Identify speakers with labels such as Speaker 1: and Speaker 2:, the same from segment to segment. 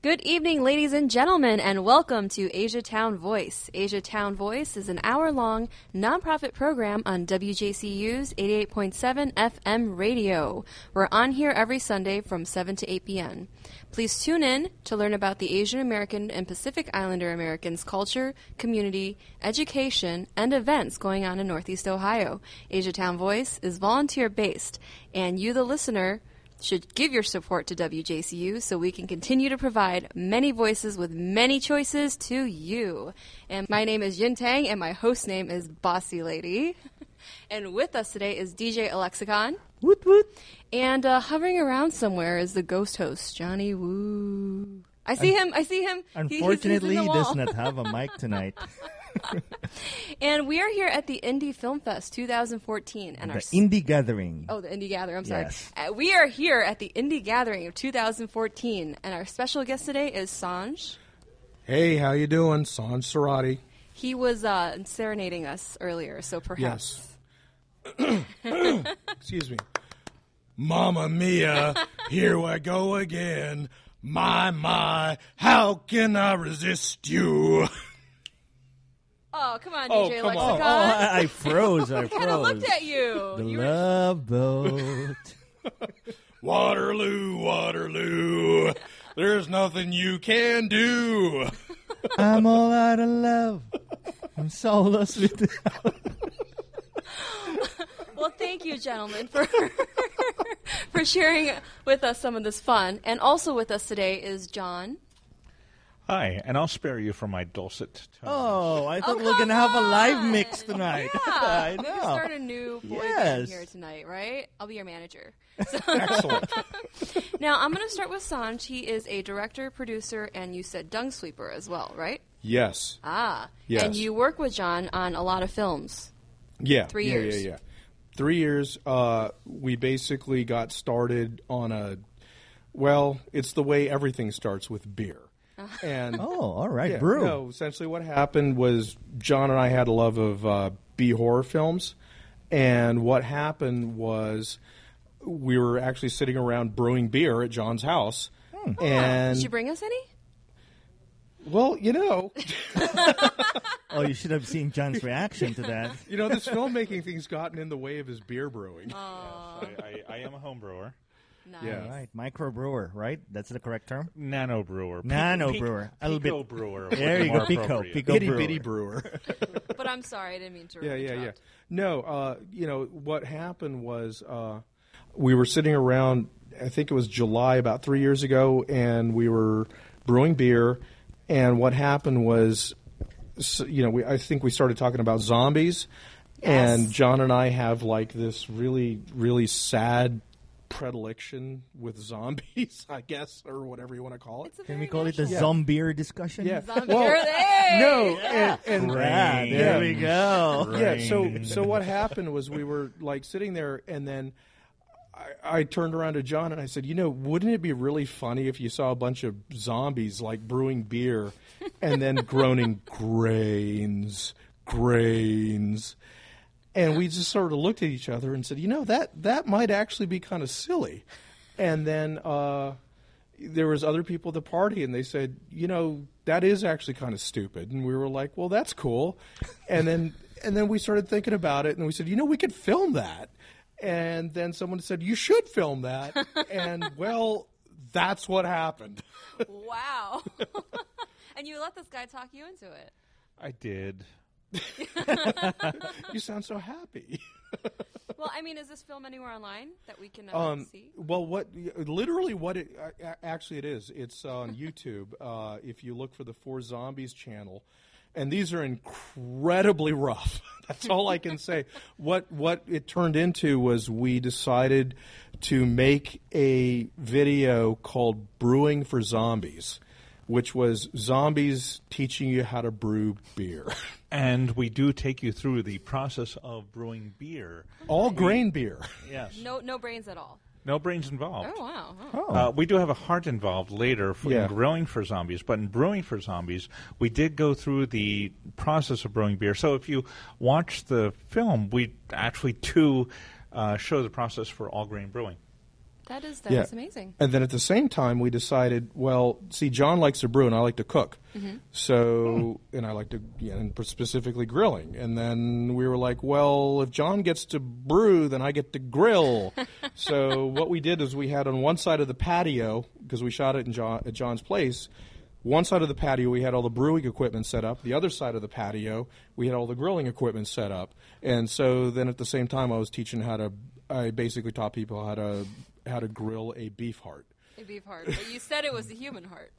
Speaker 1: Good evening, ladies and gentlemen, and welcome to Asia Town Voice. Asia Town Voice is an hour long nonprofit program on WJCU's 88.7 FM radio. We're on here every Sunday from 7 to 8 p.m. Please tune in to learn about the Asian American and Pacific Islander Americans' culture, community, education, and events going on in Northeast Ohio. Asia Town Voice is volunteer based, and you, the listener, should give your support to WJCU so we can continue to provide many voices with many choices to you. And my name is Yin Tang, and my host name is Bossy Lady. And with us today is DJ Alexicon.
Speaker 2: Woot woot.
Speaker 1: And uh, hovering around somewhere is the ghost host, Johnny Woo. I see him. I see him. He- he's- he's in the
Speaker 2: Unfortunately, he does
Speaker 1: wall.
Speaker 2: not have a mic tonight.
Speaker 1: And we are here at the Indie Film Fest 2014, and
Speaker 2: the
Speaker 1: our
Speaker 2: Indie Gathering.
Speaker 1: Oh, the Indie Gathering. I'm sorry.
Speaker 2: Yes.
Speaker 1: Uh, we are here at the Indie Gathering of 2014, and our special guest today is Sanj.
Speaker 3: Hey, how you doing? Sanj Cerati.
Speaker 1: He was uh, serenading us earlier, so perhaps.
Speaker 3: Yes. Excuse me. Mamma mia, here I go again. My, my, how can I resist you?
Speaker 1: Oh, come on,
Speaker 3: Oh,
Speaker 1: DJ
Speaker 3: come
Speaker 1: Lexicon.
Speaker 3: on.
Speaker 2: Oh, I, I froze. I
Speaker 1: I kind of
Speaker 2: froze.
Speaker 1: looked at you.
Speaker 2: The
Speaker 1: you were,
Speaker 2: love boat.
Speaker 3: Waterloo, Waterloo, there's nothing you can do.
Speaker 2: I'm all out of love. I'm so lost without.
Speaker 1: well, thank you, gentlemen, for for sharing with us some of this fun. And also with us today is John.
Speaker 4: Hi, and I'll spare you from my dulcet tones.
Speaker 2: Oh, I thought we
Speaker 1: come
Speaker 2: we're gonna have a live
Speaker 1: on.
Speaker 2: mix tonight. I
Speaker 1: we
Speaker 2: know.
Speaker 1: could start a new boy band
Speaker 2: Yes.
Speaker 1: here tonight, right? I'll be your manager.
Speaker 4: Excellent.
Speaker 1: Now I'm going to start with Sanj. He is a director, producer, and you said dung sweeper as well, right?
Speaker 3: Yes.
Speaker 1: Ah,
Speaker 3: Yes.
Speaker 1: and you work with John on a lot of films.
Speaker 3: Yeah.
Speaker 1: Three
Speaker 3: yeah,
Speaker 1: years.
Speaker 3: Yeah, yeah. Three years. Uh, we basically got started on a, well, it's the way everything starts with beer. And
Speaker 2: Oh, all right,
Speaker 3: yeah,
Speaker 2: brew.
Speaker 3: No, essentially what happened was John and I had a love of uh, B horror films, and what happened was we were actually sitting around brewing beer at John's house,
Speaker 2: Hmm.
Speaker 1: Did
Speaker 3: and
Speaker 1: you bring us any?
Speaker 3: well, you know,
Speaker 2: Oh, you should have seen John's reaction to that.
Speaker 3: you know, this filmmaking thing's gotten in the way of his beer brewing.
Speaker 4: Oh,
Speaker 2: Oh.
Speaker 4: I, I, I am a home brewer,
Speaker 1: Nice.
Speaker 3: Yeah.
Speaker 2: All right, microbrewer, right? That's the correct term.
Speaker 4: nano brewer, Pe-
Speaker 2: Nano
Speaker 4: pe-
Speaker 2: brewer. A little
Speaker 4: pico
Speaker 2: bit-
Speaker 4: brewer.
Speaker 2: There
Speaker 4: would be
Speaker 2: you go,
Speaker 4: more
Speaker 2: pico,
Speaker 4: appropriate.
Speaker 2: pico.
Speaker 3: Bitty
Speaker 2: brewer.
Speaker 3: bitty brewer.
Speaker 1: But I'm sorry, I didn't mean to.
Speaker 3: Yeah, yeah, yeah.
Speaker 1: interrupt.
Speaker 3: No, uh, you know what happened was uh, we were sitting around. I think it was July about three years ago, and we were brewing beer. And what happened was, s you know, we, I think we started talking about zombies, and John and I have like this really, really sad predilection with zombies, I guess, or whatever you want to call it.
Speaker 1: It's a
Speaker 2: Can
Speaker 1: very
Speaker 2: we call it the
Speaker 1: natural-
Speaker 2: zombier discussion?
Speaker 3: yeah,
Speaker 1: Zombie-
Speaker 3: Well,
Speaker 1: You're there!
Speaker 3: no, and, and
Speaker 2: Ah, there
Speaker 3: Yeah.
Speaker 2: we go.
Speaker 4: Brain.
Speaker 3: Yeah. So so what happened was we were like sitting there, and then I, I turned around to John and I said, you know, wouldn't it be really funny if you saw a bunch of zombies like brewing beer, and then groaning grains, grains. And we just sort of looked at each other and said, you know, that that might actually be kind of silly. And then uh, there was other people at the party, and they said, you know, that is actually kind of stupid. And we were like, well, that's cool. And then and then we started thinking about it, and we said, you know, we could film that. And then someone said, you should film that. and well, that's what happened.
Speaker 1: Wow. and you let this guy talk you into it.
Speaker 4: I did.
Speaker 3: You sound so happy.
Speaker 1: Well, I mean, is this film anywhere online that we can uh,
Speaker 3: Um,
Speaker 1: see?
Speaker 3: Well, what literally what it a- a- actually it is? It's on YouTube. Uh, if you look for the Four Zombies channel, and these are incredibly rough. That's all I can say. What what it turned into was we decided to make a video called "Brewing for Zombies," which was zombies teaching you how to brew beer,
Speaker 4: And we do take you through the process of brewing beer.
Speaker 3: all grain beer.
Speaker 4: Yes.
Speaker 1: No, no brains at all.
Speaker 4: No brains involved.
Speaker 1: Oh wow. Oh.
Speaker 4: Uh, we do have a heart involved later for
Speaker 3: Yeah.
Speaker 4: in grilling for zombies, but in brewing for zombies, we did go through the process of brewing beer. So if you watch the film, we actually too uh, show the process for all grain brewing.
Speaker 1: That is that is
Speaker 3: Yeah.
Speaker 1: amazing.
Speaker 3: And then at the same time, we decided, well, see, John likes to brew and I like to cook. So, and I like to, yeah, and specifically grilling. And then we were like, well, if John gets to brew, then I get to grill. so what we did is we had on one side of the patio, because we shot it in John, at John's place, one side of the patio we had all the brewing equipment set up. The other side of the patio we had all the grilling equipment set up. And so then at the same time, I was teaching how to. I basically taught people how to how to grill a beef heart.
Speaker 1: A beef heart, but you said it was a human heart.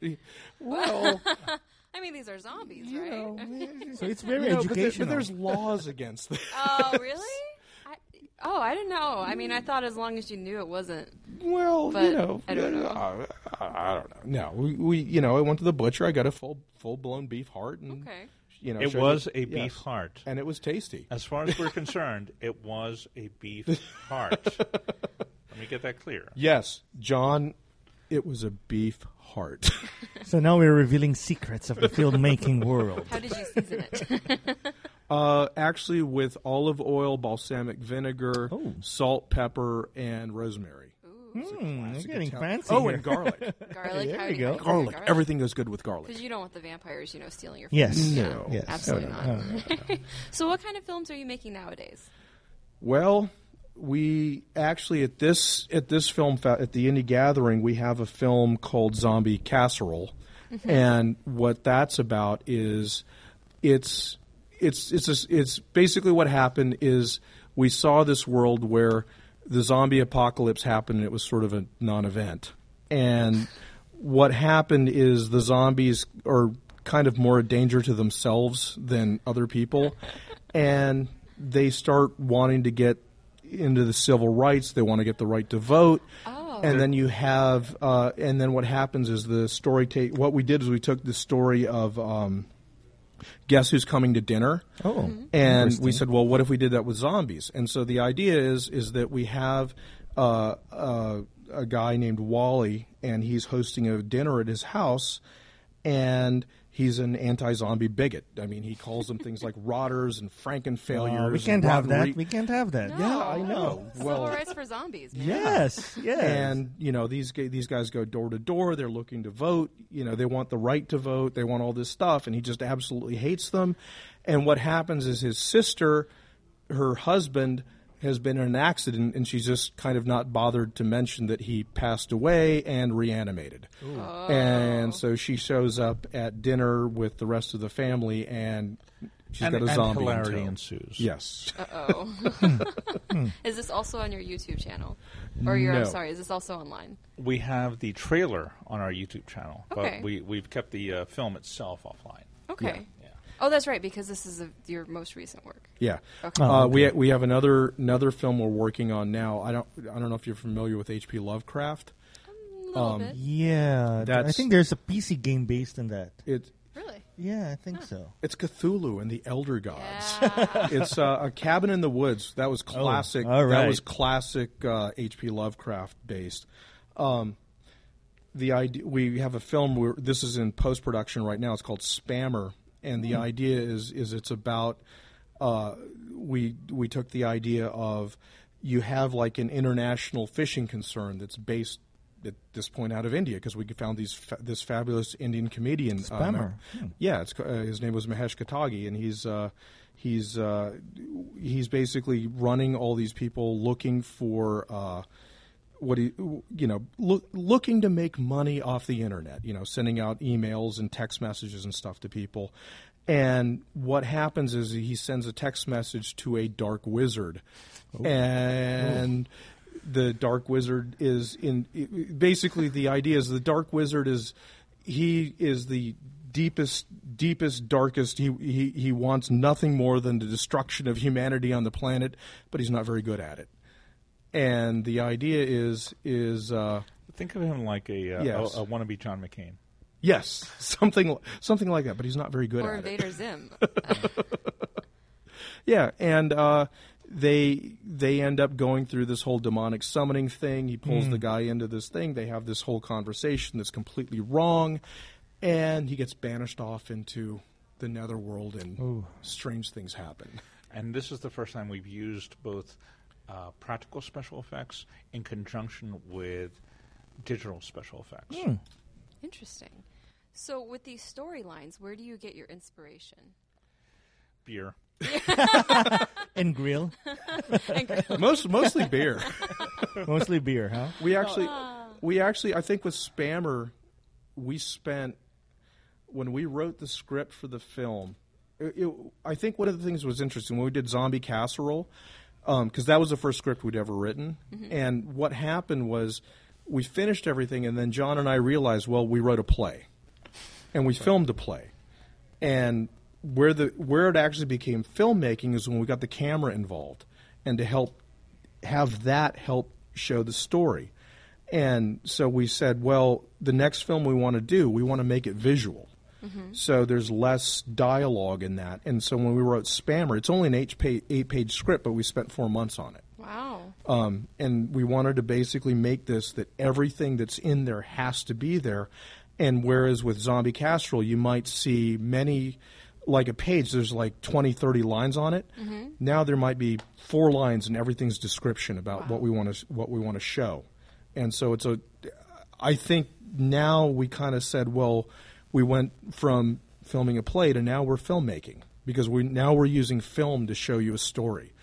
Speaker 3: Well,
Speaker 1: I mean, these are zombies,
Speaker 3: you
Speaker 1: right?
Speaker 3: know,
Speaker 2: So it's very
Speaker 3: you know, but, there,
Speaker 2: educational.
Speaker 3: but there's laws against that.
Speaker 1: Oh, really? I, oh, I didn't know. I mean, I thought as long as you knew it wasn't.
Speaker 3: Well,
Speaker 1: But
Speaker 3: you know,
Speaker 1: I don't know.
Speaker 3: uh, I, I don't know. No, we, we, you know, I went to the butcher. I got a full full blown beef heart, and
Speaker 1: Okay.
Speaker 3: you know,
Speaker 4: It
Speaker 3: showed
Speaker 4: was
Speaker 3: it-
Speaker 4: a beef
Speaker 3: yes.
Speaker 4: heart.
Speaker 3: and it was tasty.
Speaker 4: As far as we're concerned, it was a beef heart. Let me get that clear.
Speaker 3: Yes, John, it was a beef heart.
Speaker 2: so now we're revealing secrets of the filmmaking world.
Speaker 1: How did you season it?
Speaker 3: Uh, actually, with olive oil, balsamic vinegar,
Speaker 4: Oh.
Speaker 3: salt, pepper, and rosemary.
Speaker 2: Hmm, we're getting
Speaker 3: Italian-
Speaker 2: fancy.
Speaker 3: Oh,
Speaker 2: here.
Speaker 3: and garlic.
Speaker 1: garlic.
Speaker 2: There
Speaker 1: how
Speaker 2: you
Speaker 1: do
Speaker 2: go.
Speaker 1: how do
Speaker 3: garlic.
Speaker 1: do
Speaker 3: Everything goes good with garlic.
Speaker 1: Because you don't want the vampires, you know, stealing your.
Speaker 2: Yes.
Speaker 1: food.
Speaker 3: No.
Speaker 2: Yes. Oh,
Speaker 1: Absolutely
Speaker 2: No, no,
Speaker 1: not.
Speaker 2: no, no.
Speaker 1: So, what kind of films are you making nowadays?
Speaker 3: Well, we actually at this at this film fe- at the indie gathering we have a film called Zombie Casserole, and what that's about is it's it's it's just- it's basically what happened is we saw this world where the zombie apocalypse happened and it was sort of a non-event and what happened is the zombies are kind of more a danger to themselves than other people and they start wanting to get into the civil rights they want to get the right to vote
Speaker 1: Oh.
Speaker 3: and then you have uh, and then what happens is the story take what we did is we took the story of um, guess who's coming to dinner
Speaker 2: Oh.
Speaker 3: and we said, well, what if we did that with zombies? And so the idea is is that we have uh, uh, a guy named Wally, and he's hosting a dinner at his house, and he's an anti-zombie bigot. I mean, he calls them things like rotters and Frankenfailures.
Speaker 2: Oh, we
Speaker 3: and
Speaker 2: can't have
Speaker 3: rotten
Speaker 2: that.
Speaker 3: re-
Speaker 2: We can't have that.
Speaker 1: No.
Speaker 3: yeah, I know.
Speaker 1: Civil
Speaker 3: Well,
Speaker 1: rights for zombies, man.
Speaker 2: Yes. Yes.
Speaker 3: and you know these gu- these guys go door to door. They're looking to vote. You know they want the right to vote. They want all this stuff, and he just absolutely hates them. And what happens is his sister, her husband, has been in an accident, and she's just kind of not bothered to mention that he passed away and reanimated. And so she shows up at dinner with the rest of the family, and she's
Speaker 4: and
Speaker 3: got a
Speaker 4: and
Speaker 3: zombie. in
Speaker 4: hilarity
Speaker 3: tow.
Speaker 4: ensues.
Speaker 3: Yes.
Speaker 1: Oh. is this also on your YouTube channel? Or your, I'm
Speaker 3: No.
Speaker 1: sorry, is this also online?
Speaker 4: We have the trailer on our YouTube channel,
Speaker 1: Okay.
Speaker 4: but we, we've kept the uh, film itself offline.
Speaker 1: Okay.
Speaker 4: Yeah.
Speaker 1: Oh, that's right, because this is a, your most recent work.
Speaker 3: Yeah.
Speaker 1: Okay.
Speaker 3: Uh, we we have another another film we're working on now. I don't I don't know if you're familiar with H.P. Lovecraft.
Speaker 1: A little
Speaker 2: Um,
Speaker 1: bit.
Speaker 2: yeah. I
Speaker 3: That's-
Speaker 2: think there's a PC game based on that.
Speaker 3: It
Speaker 1: Really?
Speaker 2: Yeah, I think so.
Speaker 3: it's Cthulhu and the Elder Gods.
Speaker 1: Yeah.
Speaker 3: It's uh, a cabin in the woods. That was classic.
Speaker 2: Oh, all
Speaker 3: That
Speaker 2: right.
Speaker 3: was classic uh, H.P. Lovecraft based. Um, the idea we have a film where this is in post production right now. It's called Spammer, and
Speaker 2: Hmm.
Speaker 3: the idea is is it's about uh, we we took the idea of you have like an international fishing concern that's based at this point out of India because we found these fa- this fabulous Indian comedian uh,
Speaker 2: Spammer. Hmm.
Speaker 3: yeah, it's, ca- uh, his name was Mahesh Katagi, and he's uh, he's uh, he's basically running all these people looking for uh, what he you know look, looking to make money off the internet. You know, sending out emails and text messages and stuff to people. And what happens is he sends a text message to a dark wizard, and the dark wizard is in basically the idea is the dark wizard is he is the deepest deepest darkest he, he he wants nothing more than the destruction of humanity on the planet but he's not very good at it and the idea is is uh
Speaker 4: Think of him like a, uh,
Speaker 3: Yes.
Speaker 4: a, a wannabe John McCain.
Speaker 3: yes something something like that but he's not very good
Speaker 1: or
Speaker 3: at it
Speaker 1: Invader Zim.
Speaker 3: Yeah, and uh, they they end up going through this whole demonic summoning thing. He pulls the guy into this thing. They have this whole conversation that's completely wrong, and he gets banished off into the netherworld, and strange things happen.
Speaker 4: And this is the first time we've used both uh, practical special effects in conjunction with digital special effects.
Speaker 3: Hmm.
Speaker 1: Interesting. So, with these storylines, where do you get your inspiration?
Speaker 4: Beer.
Speaker 2: And grill,
Speaker 3: Most mostly beer.
Speaker 2: mostly beer, huh?
Speaker 3: We actually, we actually, I think with Spammer, we spent when we wrote the script for the film. it- it- I think one of the things that was interesting when we did Zombie Casserole, because that was the first script we'd ever written, and what happened was we finished everything, and then John and I realized, well, we wrote a play, and we filmed a play, and where the where it actually became filmmaking is when we got the camera involved and to help have that help show the story and so we said well the next film we want to do we want to make it visual so there's less dialogue in that and so when we wrote spammer it's only an eight page, eight page script but we spent four months on it
Speaker 1: Wow.
Speaker 3: um, and we wanted to basically make this that everything that's in there has to be there. And whereas with Zombie Casserole, you might see many, like a page, there's like 20, 30 lines on it. Now there might be four lines in everything's description about what we want to what we want to show. And so it's a, I think now we kind of said, well, we went from filming a play to now we're filmmaking because we now we're using film to show you a story.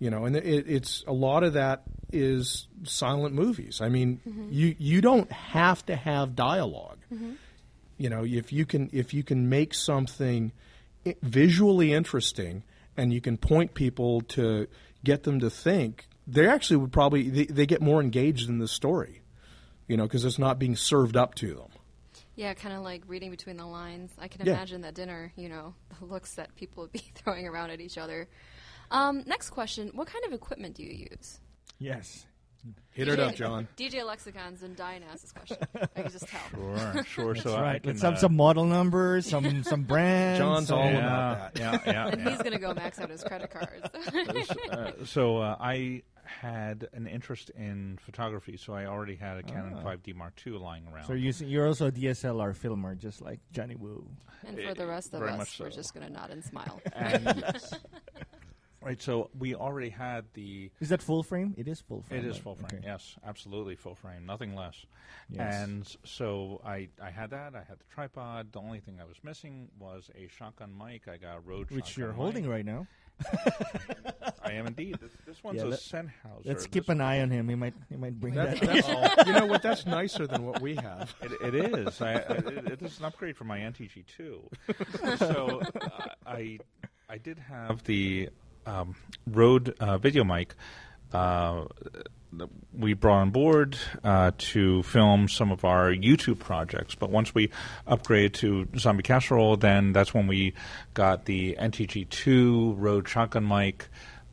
Speaker 3: You know, and it, it's a lot of that is silent movies. I mean, you you don't have to have dialog You know, if you can if you can make something i- visually interesting and you can point people to get them to think, they actually would probably they, they get more engaged in the story you know, because it's not being served up to them.
Speaker 1: Yeah, kind of like reading between the lines. I can
Speaker 3: Yeah.
Speaker 1: imagine that dinner, you know, the looks that people would be throwing around at each other. Um, next question What kind of equipment do you use?
Speaker 2: Yes.
Speaker 3: Hit
Speaker 1: DJ DJ Lexicon's been dying to ask this question. I can just tell.
Speaker 4: Sure, sure. so I
Speaker 2: Right.
Speaker 4: can,
Speaker 2: Let's have
Speaker 4: uh,
Speaker 2: some model numbers, some some brands. uh,
Speaker 3: John's
Speaker 2: some-
Speaker 3: all
Speaker 4: yeah,
Speaker 3: about that.
Speaker 4: Yeah, yeah,
Speaker 1: And
Speaker 4: yeah.
Speaker 1: he's going to go max out his credit cards.
Speaker 4: Uh, so uh, I had an interest in photography, so I already had a Canon 5D Mark II lying around.
Speaker 2: Ah. So you're, you're also a DSLR filmer, just like Johnny Woo.
Speaker 1: and for the rest of
Speaker 4: Very
Speaker 1: us,
Speaker 4: much
Speaker 1: we're
Speaker 4: so.
Speaker 1: just going to nod and smile.
Speaker 4: And- right, so we already had the.
Speaker 2: Is that full frame? It is full frame.
Speaker 4: It is
Speaker 2: right?
Speaker 4: full frame.
Speaker 2: Okay.
Speaker 4: Yes, absolutely full frame, nothing less.
Speaker 2: Yes.
Speaker 4: And so I, I had that. I had the tripod. The only thing I was missing was a shotgun mic. I got a Rode.
Speaker 2: Which
Speaker 4: shotgun
Speaker 2: you're holding
Speaker 4: mic.
Speaker 2: right now.
Speaker 4: I am indeed. This, this one's
Speaker 2: Yeah,
Speaker 4: a
Speaker 2: let-
Speaker 4: Sennheiser.
Speaker 2: Let's
Speaker 4: This
Speaker 2: keep an eye on him. He might he might bring
Speaker 3: That's,
Speaker 2: that.
Speaker 3: that's, you know what? That's nicer than what we have.
Speaker 4: It, it is. I, I, it, it is an upgrade from my NTG two. so uh, I I did have the um, Rode uh, video mic. Uh, that we brought on board uh, to film some of our YouTube projects, but once we upgraded to Zombie Casserole, then that's when we got the NTG2 Rode shotgun mic.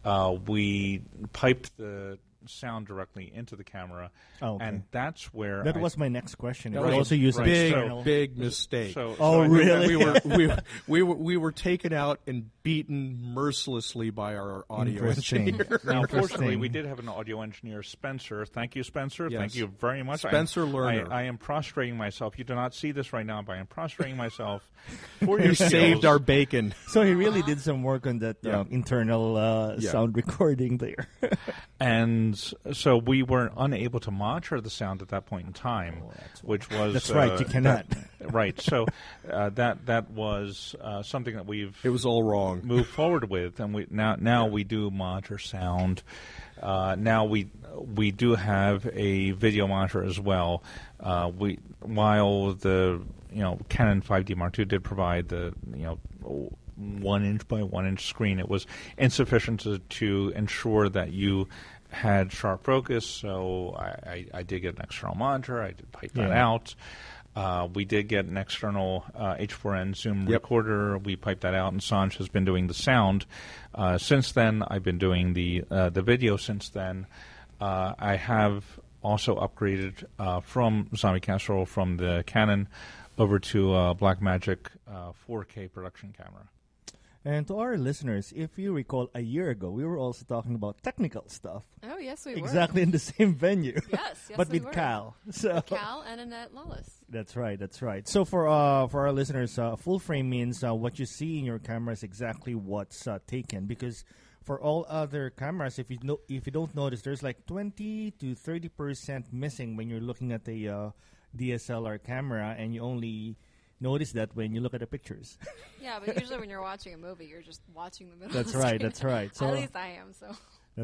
Speaker 4: Uh, we piped the sound directly into the camera,
Speaker 2: Oh, okay.
Speaker 4: and that's where
Speaker 2: That
Speaker 4: I-
Speaker 2: was my next question.
Speaker 4: That
Speaker 2: If I
Speaker 4: was-
Speaker 2: also use an
Speaker 4: right,
Speaker 3: big,
Speaker 2: external.
Speaker 3: big mistake.
Speaker 4: So,
Speaker 2: Oh,
Speaker 4: so I think
Speaker 2: really?
Speaker 3: we were we, were- we were we were taken out and beaten mercilessly by our audio
Speaker 2: Interesting.
Speaker 3: engineer.
Speaker 4: Now, fortunately,
Speaker 2: Interesting.
Speaker 4: we did have an audio engineer, Spencer. Thank you, Spencer.
Speaker 3: Yes.
Speaker 4: Thank you very much. I-
Speaker 3: Spencer Lerner.
Speaker 4: I, I am prostrating myself. You do not see this right now, but I am prostrating myself for your
Speaker 3: You saved
Speaker 4: skills.
Speaker 3: our bacon.
Speaker 2: So he really did some work on that
Speaker 3: Yeah.
Speaker 2: um, internal uh,
Speaker 3: Yeah.
Speaker 2: sound recording there.
Speaker 4: And so we were unable to monitor the sound at that point in time,
Speaker 3: Oh,
Speaker 4: which was
Speaker 2: That's right,
Speaker 4: uh,
Speaker 2: you cannot.
Speaker 4: that- right. So uh, that that was uh, something that we've
Speaker 3: It was all wrong.
Speaker 4: move forward with, and we now now we do monitor sound. Uh, now we we do have a video monitor as well. Uh, we while the you know Canon 5D Mark II did provide the you know one inch by one inch screen, it was insufficient to, to ensure that you had sharp focus. So I, I, I did get an external monitor. I did pipe that
Speaker 2: Yeah.
Speaker 4: out. Uh, we did get an external uh, H4n Zoom
Speaker 3: Yep.
Speaker 4: recorder. We piped that out, and Sanj has been doing the sound. Uh, since then, I've been doing the uh, the video. Since then, uh, I have also upgraded uh, from Zombie Casserole from the Canon over to uh, Blackmagic uh, 4K production camera.
Speaker 2: and to our listeners, if you recall, a year ago we were also talking about technical stuff,
Speaker 1: Oh, yes, we
Speaker 2: exactly in the same venue,
Speaker 1: were. Yes, yes,
Speaker 2: but
Speaker 1: we
Speaker 2: with
Speaker 1: were.
Speaker 2: Cal. So
Speaker 1: Cal and Annette Lawless.
Speaker 2: That's right. That's right. So for uh, for our listeners, uh, full frame means uh, what you see in your camera is exactly what's uh, taken. Because, for all other cameras, if you know, if you don't notice, there's like 20 to 30 percent missing when you're looking at a uh, DSLR camera, and you only notice that when you look at the pictures.
Speaker 1: Yeah, but usually when you're watching a movie, you're just watching the middle.
Speaker 2: That's
Speaker 1: of the
Speaker 2: right,
Speaker 1: screen.
Speaker 2: that's right. So-
Speaker 1: at least I am. So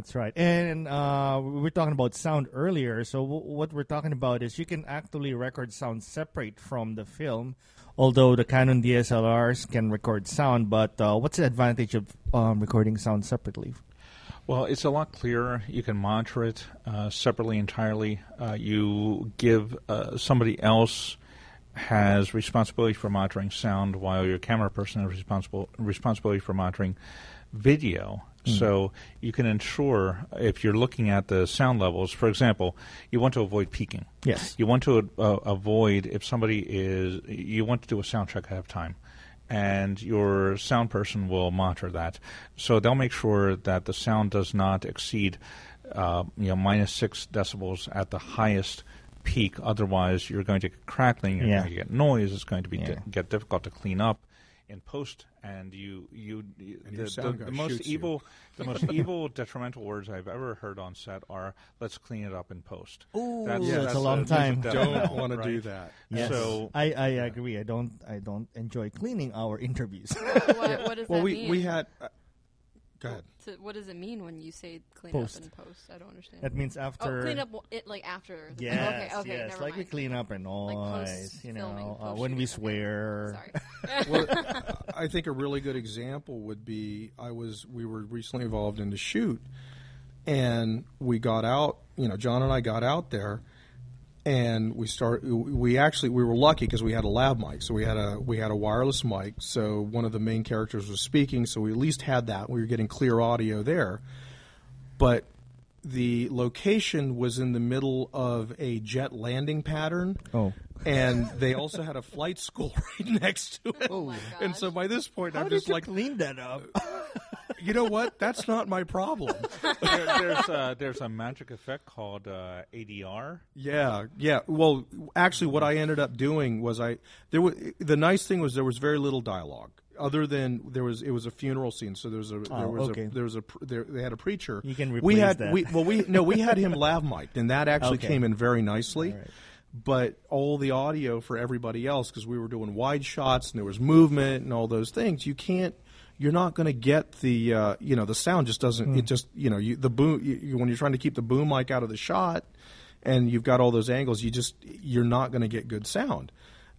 Speaker 2: That's right. And uh, we were talking about sound earlier. So w- what we're talking about is you can actually record sound separate from the film, although the Canon DSLRs can record sound. But uh, what's the advantage of um, recording sound separately?
Speaker 4: Well, it's a lot clearer. You can monitor it uh, separately entirely. Uh, you give uh, somebody else has responsibility for monitoring sound, while your camera person has responsible responsibility for monitoring video. So you can ensure if you're looking at the sound levels. For example, you want to avoid peaking.
Speaker 2: Yes.
Speaker 4: You want to uh, avoid if somebody is. You want to do a sound check ahead of time, and your sound person will monitor that. So they'll make sure that the sound does not exceed, uh, you know, minus six decibels at the highest peak. Otherwise, you're going to get crackling. You're
Speaker 2: Yeah.
Speaker 4: going to get noise. It's going to be
Speaker 2: Yeah.
Speaker 4: di- get difficult to clean up in post. And you, you, you
Speaker 3: And
Speaker 4: the,
Speaker 3: your sound
Speaker 4: the-
Speaker 3: guy
Speaker 4: the most
Speaker 3: shoots you.
Speaker 4: evil, the most evil detrimental words I've ever heard on set are "let's clean it up in post."
Speaker 2: Ooh,
Speaker 4: that's,
Speaker 3: that's a
Speaker 2: long
Speaker 4: that's
Speaker 2: time.
Speaker 4: death
Speaker 3: Don't
Speaker 4: knell,
Speaker 3: want to
Speaker 4: right?
Speaker 3: do that.
Speaker 4: Yes. So-
Speaker 2: I, I agree. I don't I don't enjoy cleaning our interviews.
Speaker 1: what, what does
Speaker 3: Well,
Speaker 1: that
Speaker 3: we
Speaker 1: mean?
Speaker 3: we had. Uh, go ahead.
Speaker 1: So what does it mean when you say clean
Speaker 2: Post.
Speaker 1: up and post? I don't understand.
Speaker 2: that means
Speaker 1: oh,
Speaker 2: after
Speaker 1: clean up w- it like after. The
Speaker 2: Yes,
Speaker 1: Okay. Okay.
Speaker 2: yes.
Speaker 1: Never
Speaker 2: like we
Speaker 1: mind.
Speaker 2: clean up and noise,
Speaker 1: post
Speaker 2: you
Speaker 1: filming,
Speaker 2: know, uh,
Speaker 1: post
Speaker 2: when we
Speaker 1: shooting, okay.
Speaker 2: swear.
Speaker 1: Sorry.
Speaker 3: well, I think a really good example would be I was we were recently involved in the shoot, and we got out. You know, John and I got out there, and we start. We actually we were lucky because we had a lab mic, so we had a we had a wireless mic. So one of the main characters was speaking, so we at least had that. We were getting clear audio there, but. The location was in the middle of a jet landing pattern.
Speaker 2: Oh.
Speaker 3: And they also had a flight school right next to it.
Speaker 1: my
Speaker 3: and
Speaker 1: gosh.
Speaker 3: so by this point,
Speaker 2: Oh How
Speaker 3: I'm
Speaker 2: did
Speaker 3: just
Speaker 2: you
Speaker 3: like,
Speaker 2: clean that up?
Speaker 3: you know what? That's not my problem.
Speaker 4: there, there's a, there's a magic effect called uh, ADR.
Speaker 3: yeah, yeah. Well, actually, what I ended up doing was I there was the nice thing was there was very little dialogue other than there was it was a funeral scene. So there was a there
Speaker 2: Oh,
Speaker 3: was
Speaker 2: okay.
Speaker 3: a there was a pr- there, they had a preacher.
Speaker 2: You can
Speaker 3: we
Speaker 2: replace
Speaker 3: had
Speaker 2: that.
Speaker 3: we well we no we had him lav mic'd and that actually
Speaker 2: Okay.
Speaker 3: came in very nicely.
Speaker 2: All right.
Speaker 3: But all the audio for everybody else because we were doing wide shots and there was movement and all those things. You can't. You're not going to get the uh, you know the sound just doesn't
Speaker 2: Hmm.
Speaker 3: it just you know you the boom you, you- when you're trying to keep the boom mic out of the shot and you've got all those angles you just you're not going to get good sound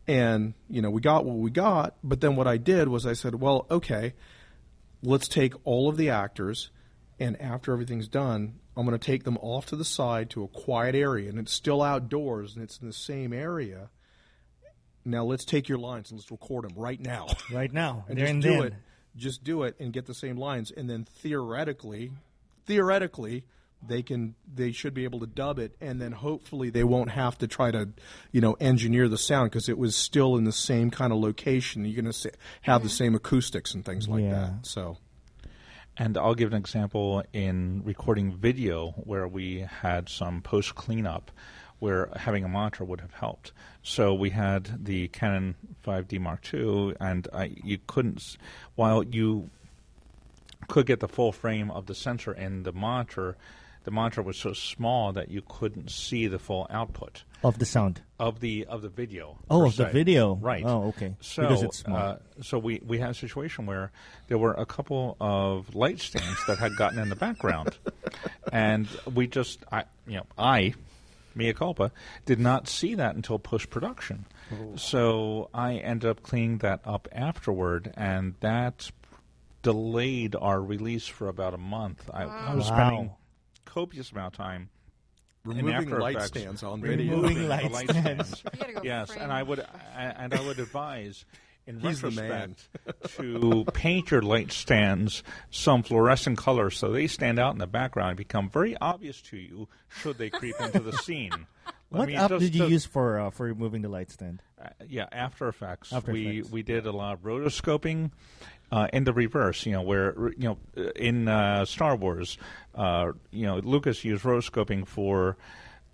Speaker 3: and you know we got what we got but then what I did was I said well okay let's take all of the actors and after everything's done i'm going to take them off to the side to a quiet area and it's still outdoors and it's in the same area now let's take your lines and let's record them right now
Speaker 2: right now.
Speaker 3: and
Speaker 2: there
Speaker 3: just
Speaker 2: and
Speaker 3: do
Speaker 2: then.
Speaker 3: it just do it and get the same lines and then theoretically theoretically they can they should be able to dub it and then hopefully they won't have to try to you know engineer the sound because it was still in the same kind of location you're going to have the same acoustics and things like
Speaker 2: Yeah.
Speaker 3: that so
Speaker 4: And I'll give an example in recording video where we had some post cleanup where having a monitor would have helped. So we had the Canon 5D Mark II, and I, you couldn't, s- while you could get the full frame of the sensor in the monitor, the monitor was so small that you couldn't see the full output.
Speaker 2: Of the sound.
Speaker 4: of the of the video.
Speaker 2: Oh,
Speaker 4: per
Speaker 2: of the
Speaker 4: se.
Speaker 2: video.
Speaker 4: Right.
Speaker 2: Oh, okay.
Speaker 4: So
Speaker 2: Because it's small.
Speaker 4: Uh, so we we had a situation where there were a couple of light stands that had gotten in the background, and we just I you know I. Mia culpa, did not see that until post production. So I ended up cleaning that up afterward, and that delayed our release for about a month. I, I was
Speaker 2: Wow.
Speaker 4: spending copious amount of time
Speaker 3: removing
Speaker 4: After
Speaker 3: light
Speaker 4: Effects.
Speaker 3: stands on
Speaker 2: Removing
Speaker 3: video.
Speaker 2: light
Speaker 4: the
Speaker 2: stands.
Speaker 1: You gotta go
Speaker 4: yes,
Speaker 1: frame
Speaker 4: and I
Speaker 1: by
Speaker 4: would a- and I would advise in
Speaker 3: He's the man.
Speaker 4: retrospect to paint your light stands some fluorescent color so they stand out in the background and become very obvious to you should they creep into the scene. Let
Speaker 2: what
Speaker 4: me
Speaker 2: app
Speaker 4: just-
Speaker 2: did you
Speaker 4: just-
Speaker 2: use for uh, for removing the light stand?
Speaker 4: uh, yeah, After Effects.
Speaker 2: After
Speaker 4: we
Speaker 2: Effects.
Speaker 4: we did a lot of rotoscoping uh, in the reverse. You know where you uh, know in uh, Star Wars, uh, you know Lucas used rotoscoping for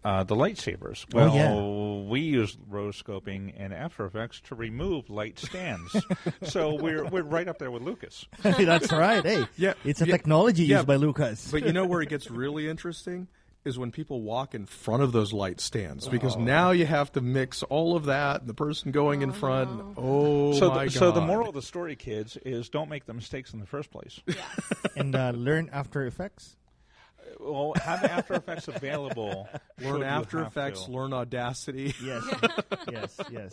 Speaker 4: uh, the lightsabers.
Speaker 2: Oh,
Speaker 4: Well,
Speaker 2: yeah.
Speaker 4: we use rotoscoping and After Effects to remove light stands, so we're we're right up there with Lucas.
Speaker 2: That's right. Hey,
Speaker 3: Yeah,
Speaker 2: it's a
Speaker 3: yeah,
Speaker 2: technology
Speaker 3: yeah.
Speaker 2: used by Lucas.
Speaker 3: But you know where it gets really interesting is when people walk in front of those light stands
Speaker 4: Oh.
Speaker 3: because now you have to mix all of that and the person going in front. and- Oh
Speaker 4: so,
Speaker 3: my
Speaker 4: the,
Speaker 3: god!
Speaker 4: so the moral of the story, kids, is don't make the mistakes in the first place.
Speaker 2: and uh, learn After Effects.
Speaker 4: well, have After Effects available. should
Speaker 3: learn
Speaker 4: you
Speaker 3: After
Speaker 4: have
Speaker 3: Effects,
Speaker 4: to.
Speaker 3: learn Audacity.
Speaker 2: Yes, yes, yes.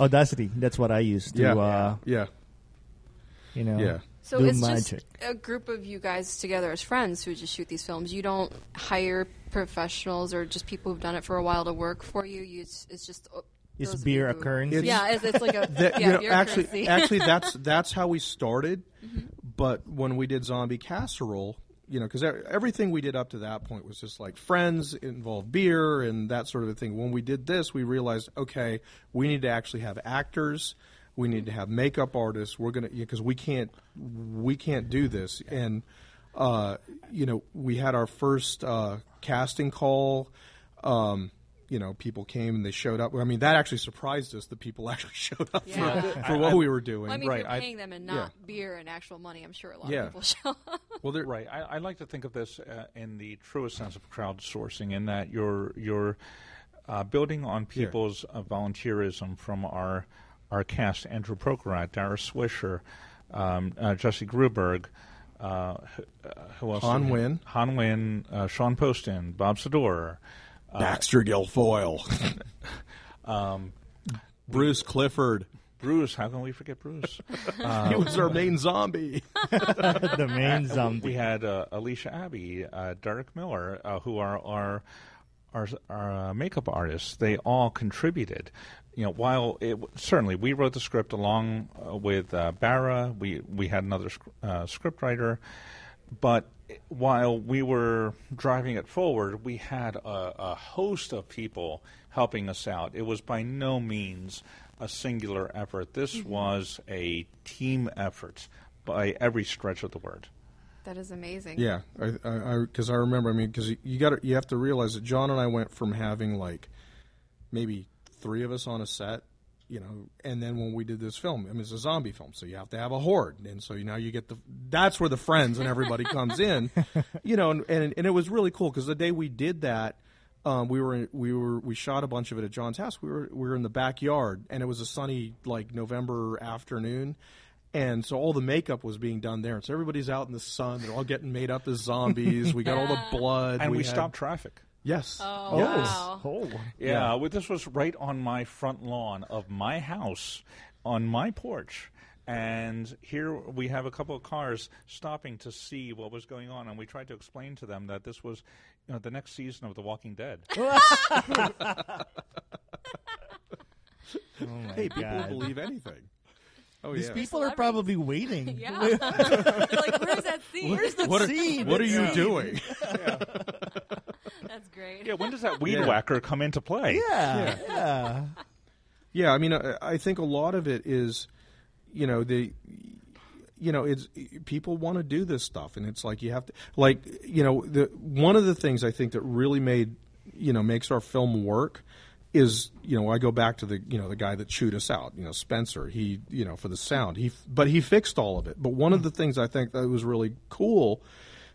Speaker 2: Audacity. That's what I use to,
Speaker 3: Yeah,
Speaker 2: uh,
Speaker 3: yeah,
Speaker 2: you know,
Speaker 3: yeah.
Speaker 1: So
Speaker 2: do
Speaker 1: it's
Speaker 2: magic.
Speaker 1: just a group of you guys together as friends who just shoot these films. You don't hire professionals or just people who've done it for a while to work for you. you it's, it's just uh,
Speaker 2: It's
Speaker 1: those of
Speaker 2: beer
Speaker 1: you who-
Speaker 2: occurrency.
Speaker 3: It's-
Speaker 1: Yeah, it's, it's like a
Speaker 3: That-
Speaker 1: yeah,
Speaker 3: you know,
Speaker 1: beer
Speaker 3: actually,
Speaker 1: currency.
Speaker 3: actually, that's that's how we started. But when we did Zombie Casserole, you know, because everything we did up to that point was just like friends it involved beer and that sort of a thing. When we did this, we realized okay, we need to actually have actors. We need to have makeup artists. We're gonna because we can't we can't do this. And uh, you know, we had our first uh, casting call. Um, you know, people came and they showed up. I mean, that actually surprised us. The people actually showed up
Speaker 1: Yeah.
Speaker 3: for, for what we were doing.
Speaker 1: Well, I mean,
Speaker 4: Right,
Speaker 1: if you're
Speaker 4: I-
Speaker 1: paying them and not beer and actual money, I'm sure a lot
Speaker 3: Yeah.
Speaker 1: of people show up.
Speaker 3: Well, there,
Speaker 4: Right. I, I like to think of this uh, in the truest sense of crowdsourcing, in that you're you're uh, building on people's uh, volunteerism from our our cast: Andrew Prokorat, Dara Swisher, um, uh, Jesse Gruberg. Uh, who, uh, who else?
Speaker 3: Han
Speaker 4: did we have?
Speaker 3: Nguyen.
Speaker 4: Han Nguyen, uh, Sean Poston, Bob Sador,
Speaker 3: Baxter Guilfoyle, Bruce Clifford.
Speaker 4: um,
Speaker 3: Um,
Speaker 4: Bruce. How can we forget Bruce?
Speaker 3: he was our main zombie.
Speaker 2: the main zombie.
Speaker 4: we had uh, Alicia Abbey, uh, Derek Miller, uh, who are our our, our uh, makeup artists. They all contributed. You know, while it, certainly we wrote the script along uh, with uh, Barra, we we had another sc- uh, script writer, but while we were driving it forward, we had a, a host of people helping us out. It was by no means a singular effort. This was a team effort by every stretch of the word.
Speaker 1: That is amazing.
Speaker 3: Yeah, I I because I, remember. I mean, because you got you have to realize that John and I went from having like maybe three of us on a set, you know, and then when we did this film, I mean, it's a zombie film, so you have to have a horde, and so now you get the that's where the friends and everybody comes in, you know, and and, and it was really cool because the day we did that. Um, we were in, we were we shot a bunch of it at John's house. We were we were in the backyard, and it was a sunny like November afternoon, and so all the makeup was being done there. And so everybody's out in the sun. They're all getting made up as zombies. We got all the blood,
Speaker 4: and we,
Speaker 3: had-
Speaker 4: stopped traffic.
Speaker 3: Yes.
Speaker 1: Oh, wow.
Speaker 2: Oh,
Speaker 4: Yeah, well, this was right on my front lawn of my house, on my porch, and here we have a couple of cars stopping to see what was going on, and we tried to explain to them that this was, you know, the next season of The Walking Dead.
Speaker 2: oh my
Speaker 3: Hey, people
Speaker 2: God.
Speaker 3: believe anything. Oh
Speaker 2: These
Speaker 3: yeah.
Speaker 2: people are probably waiting.
Speaker 1: Yeah. like, where's that scene? Where's the
Speaker 3: what, are,
Speaker 2: See,
Speaker 3: what are you
Speaker 2: yeah.
Speaker 3: doing?
Speaker 1: That's great.
Speaker 4: yeah, when does that weed
Speaker 3: Yeah.
Speaker 4: whacker come into play?
Speaker 2: Yeah, yeah.
Speaker 3: yeah, I mean, I, I think a lot of it is, you know, the, you know, it's people want to do this stuff, and it's like you have to, like, you know, the one of the things I think that really made, you know, makes our film work is you know I go back to the you know the guy that chewed us out you know Spencer he you know for the sound he but he fixed all of it but one of the things I think that was really cool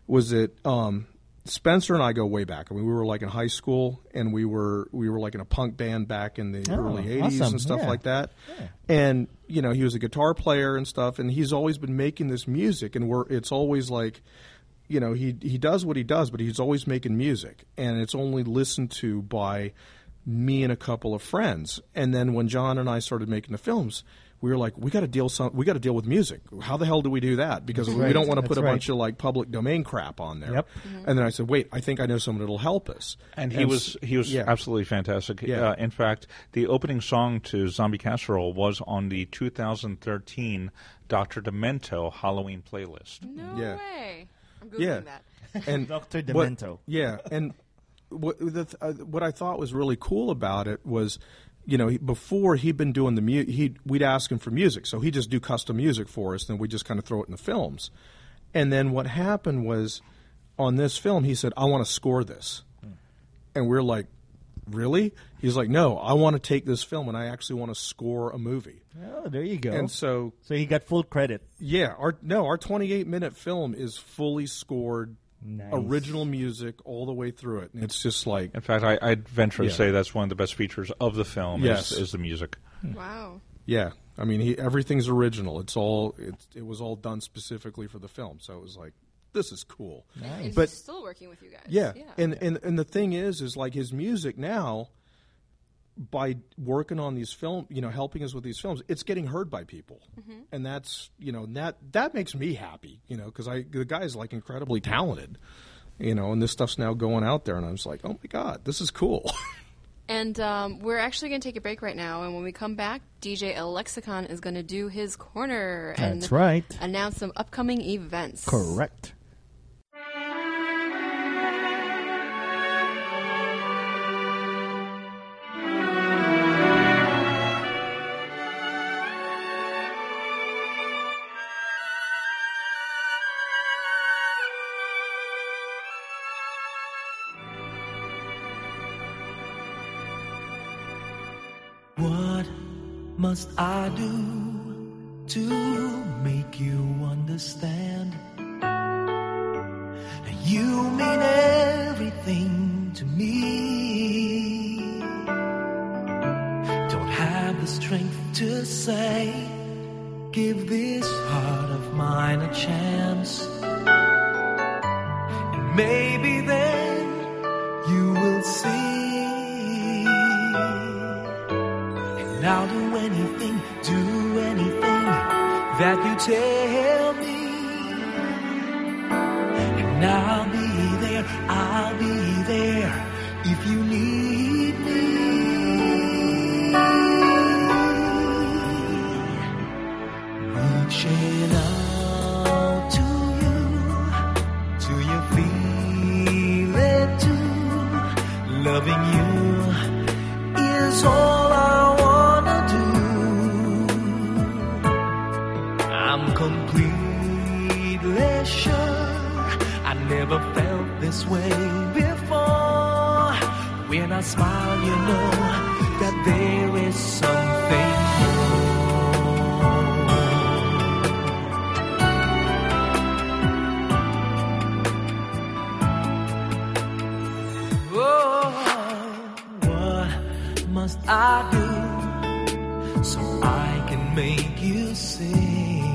Speaker 3: was that um, Spencer and I go way back. I mean, we were like in high school, and we were we were like in a punk band back in the
Speaker 2: Oh,
Speaker 3: early '80s
Speaker 2: awesome.
Speaker 3: and stuff
Speaker 2: Yeah.
Speaker 3: like that. And you know, he was a guitar player and stuff, and he's always been making this music, and we're it's always like. You know he he does what he does, but he's always making music, and it's only listened to by me and a couple of friends. And then when John and I started making the films, we were like, we got to deal some, we got to deal with music. How the hell do we do that? Because we
Speaker 2: Right.
Speaker 3: don't want to put
Speaker 2: That's
Speaker 3: a
Speaker 2: right.
Speaker 3: bunch of like public domain crap on there.
Speaker 2: Yep.
Speaker 3: And then I said, wait, I think I know someone that'll help us.
Speaker 4: And he was he was
Speaker 3: yeah.
Speaker 4: absolutely fantastic.
Speaker 3: Yeah.
Speaker 4: Uh, in fact, the opening song to Zombie Casserole was on the 2013 Dr. Demento Halloween playlist.
Speaker 1: No
Speaker 3: Yeah.
Speaker 1: way. I'm Googling
Speaker 3: Yeah.
Speaker 1: that.
Speaker 3: and
Speaker 2: Dr.
Speaker 3: what-
Speaker 2: Demento.
Speaker 3: yeah, and what the th- uh, what I thought was really cool about it was, you know, he, before he'd been doing the mu- he we'd ask him for music, so he'd just do custom music for us, and then we just kind of throw it in the films. And then what happened was, on this film, he said, "I want to score this," and we're like, really? He's like, no, I want to take this film and I actually want to score a movie.
Speaker 2: Oh, there you go.
Speaker 3: And so
Speaker 2: so he got full credit.
Speaker 3: yeah, our no, our 28 minute film is fully scored,
Speaker 2: Nice.
Speaker 3: original music all the way through it. And It's just like
Speaker 4: In fact, I, I'd venture to
Speaker 3: Yeah.
Speaker 4: say that's one of the best features of the film
Speaker 3: Yes.
Speaker 4: is, is the music.
Speaker 1: Wow.
Speaker 3: Yeah, I mean, he, everything's original. It's all it, it was all done specifically for the film, so it was like this is cool.
Speaker 1: And
Speaker 3: But-
Speaker 1: he's still working with you guys.
Speaker 3: Yeah,
Speaker 1: Yeah.
Speaker 3: and and and the thing is, is like his music now. By working on these film, you know, helping us with these films, it's getting heard by people, and that's you know that that makes me happy, you know, because I the guy's like incredibly talented, you know, and this stuff's now going out there, and I was like, oh my god, this is cool.
Speaker 1: And, um, we're actually going to take a break right now. And when we come back, DJ Lexicon is going to do his corner and
Speaker 2: That's right.
Speaker 1: announce some upcoming events.
Speaker 2: Correct.
Speaker 5: What must I do to make you understand? You mean everything to me. Don't have the strength to say, give this heart of mine a chance. And maybe then you will see. And I'll do anything, do anything that you tell me. And I'll be there, I'll be there if you need me. Reaching out to you, till you feel it too. Loving you is all I wanna do. I'm completely sure I never felt this way before. When I smile, you know that there is something. more. Oh, what must I do so I can make you see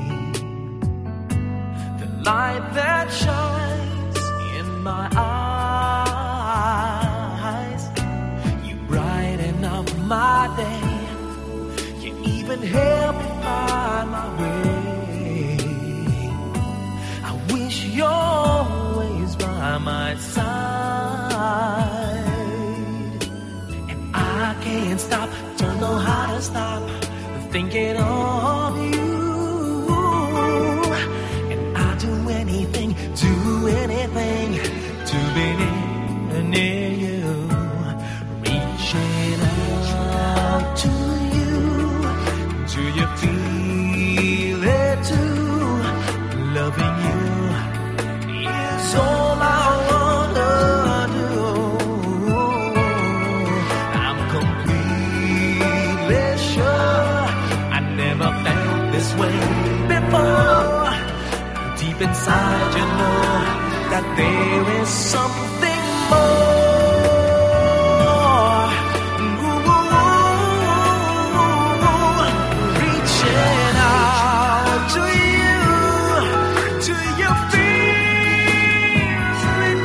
Speaker 5: the light that shines in my eyes? You brighten up my day. You even help me find my way. I wish you're always by my side. And I can't stop, don't know how to stop thinking of you. And I do anything, do anything to be near, near you. Reaching out to you, do you feel it too? Loving you is all I wanna do. I'm completely sure I never felt this way before. Deep inside, you know that there is something more. Ooh, reaching out to you, to your feet,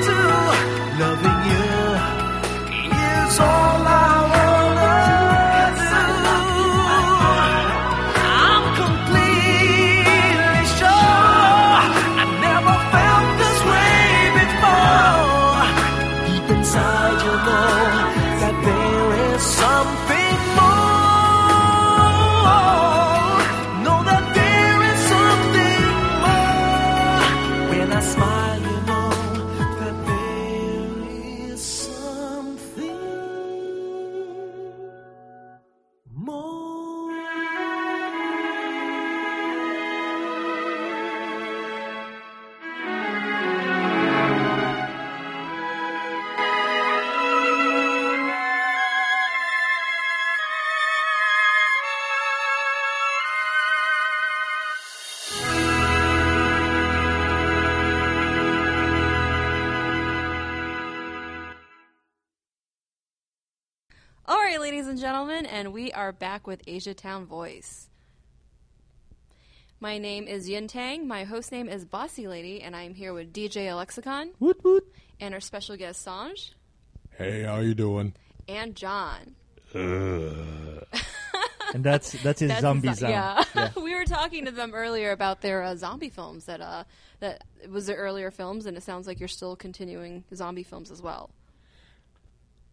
Speaker 5: to loving you is all I wanna do. I'm completely sure I never felt this way before. Deep inside, you know that there is something more. Know that there is something more. When I smile, you know that there is something more.
Speaker 1: All right, ladies and gentlemen, and we are back with Asia Town Voice. My name is Yin Tang. My host name is Bossy Lady, and I'm here with DJ Alexicon
Speaker 2: Woot woot.
Speaker 1: and our special guest Sanj
Speaker 3: Hey, how you doing?
Speaker 1: and John.
Speaker 2: And that's that's his
Speaker 1: That's
Speaker 2: zombie
Speaker 1: zo-
Speaker 2: sound.
Speaker 1: Yeah, we were talking to them earlier about their uh, zombie films. That uh, that was their earlier films, and it sounds like you're still continuing zombie films as well.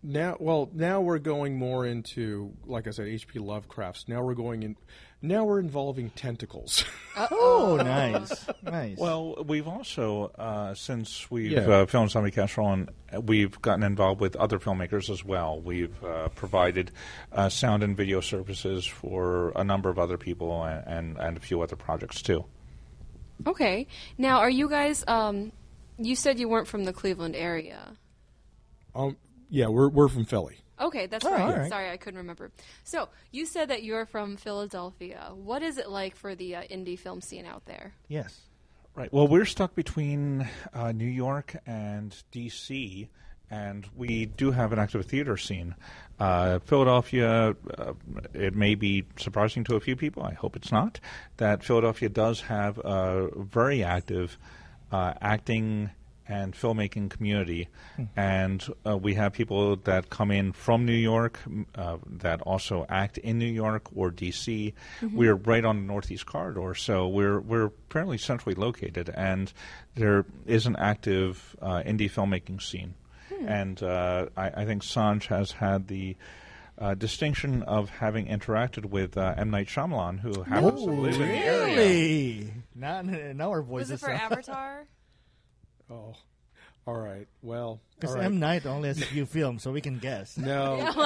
Speaker 3: Now, well, now we're going more into, like I said, H.P. Lovecraft's. Now we're going in. Now we're involving tentacles.
Speaker 2: Oh, nice, nice.
Speaker 4: Well, we've also uh, since we've
Speaker 3: Yeah.
Speaker 4: uh, filmed Zombie Casserole, and uh, we've gotten involved with other filmmakers as well. We've uh, provided uh, sound and video services for a number of other people and, and, and a few other projects too.
Speaker 1: Okay, now are you guys? Um, you said you weren't from the Cleveland area.
Speaker 3: um, yeah, we're we're from Philly.
Speaker 1: Okay, that's
Speaker 2: Oh,
Speaker 1: right.
Speaker 2: all right.
Speaker 1: Sorry, I couldn't remember. So you said that you're from Philadelphia. What is it like for the uh, indie film scene out there?
Speaker 2: yes.
Speaker 4: Right. Well, we're stuck between uh, New York and D.C., and we do have an active theater scene. Uh, Philadelphia, uh, it may be surprising to a few people, I hope it's not, that Philadelphia does have a very active uh, acting and filmmaking community. And uh, we have people that come in from New York m- uh, that also act in New York or DC. We're right on the Northeast corridor, so we're we're fairly centrally located, and there is an active uh, indie filmmaking scene. And uh, I, I think Sanj has had the. Uh, distinction of having interacted with uh, M. Night Shyamalan, who happens to live in the area.
Speaker 2: really? Now, now our
Speaker 1: Was
Speaker 2: voices
Speaker 1: it for Avatar?
Speaker 3: Oh, all right. Well, all
Speaker 2: Because
Speaker 3: right.
Speaker 2: M Night only has a few films, so we can guess,
Speaker 3: no,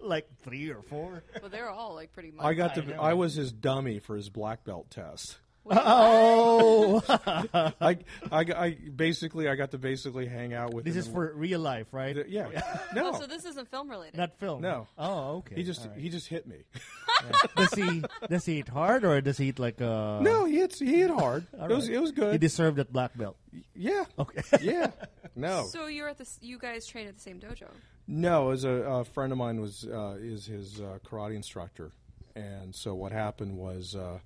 Speaker 2: like three or four.
Speaker 1: well, they're all like pretty much.
Speaker 3: I got the. I was his dummy for his black belt test.
Speaker 2: Oh,
Speaker 3: I, I, I basically I got to basically hang out with.
Speaker 2: this
Speaker 3: him
Speaker 2: is
Speaker 3: and-
Speaker 2: for real life, right?
Speaker 3: yeah. No,
Speaker 1: Oh, so this isn't film related.
Speaker 2: Not film.
Speaker 3: No.
Speaker 2: Oh, okay.
Speaker 3: he just
Speaker 2: All right.
Speaker 3: he just hit me.
Speaker 2: does he does he eat hard or does he eat like uh
Speaker 3: No, he hit he hit hard. it was it was
Speaker 2: He
Speaker 3: good.
Speaker 2: deserved that black belt.
Speaker 3: yeah.
Speaker 2: Okay.
Speaker 3: Yeah. No.
Speaker 1: So you're at this. You guys train at the same dojo.
Speaker 3: No, as a, a friend of mine was uh, is his uh, karate instructor, and so what happened was uh,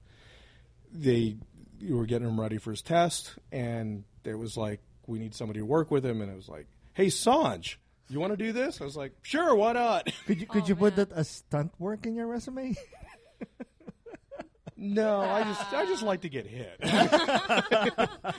Speaker 3: they you were getting him ready for his test, and it was like we need somebody to work with him, and it was like, hey Sanj, you want to do this? I was like, sure, why not?
Speaker 2: Could you could
Speaker 1: Oh,
Speaker 2: you put that as stunt work in your resume?
Speaker 3: no, I just I just like to get hit.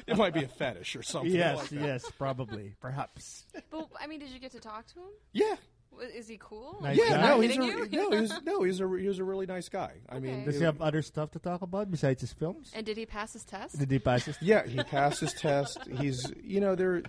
Speaker 3: it might be a fetish or something. like
Speaker 2: yes,
Speaker 3: that.
Speaker 2: yes, probably, perhaps.
Speaker 1: But I mean, did you get to talk to him?
Speaker 3: yeah.
Speaker 1: Wa- Is he cool?
Speaker 2: Nice
Speaker 1: Is he
Speaker 3: Yeah,
Speaker 2: guy.
Speaker 1: not
Speaker 3: no, he's a,
Speaker 1: hitting you?
Speaker 3: no, he's no, he's a he was a really nice guy. I mean,
Speaker 1: Okay.
Speaker 2: Does he have other stuff to talk about besides his films?
Speaker 1: and did he pass his test?
Speaker 2: Did he pass his?
Speaker 3: Yeah, he passed his test. He's, you know, there,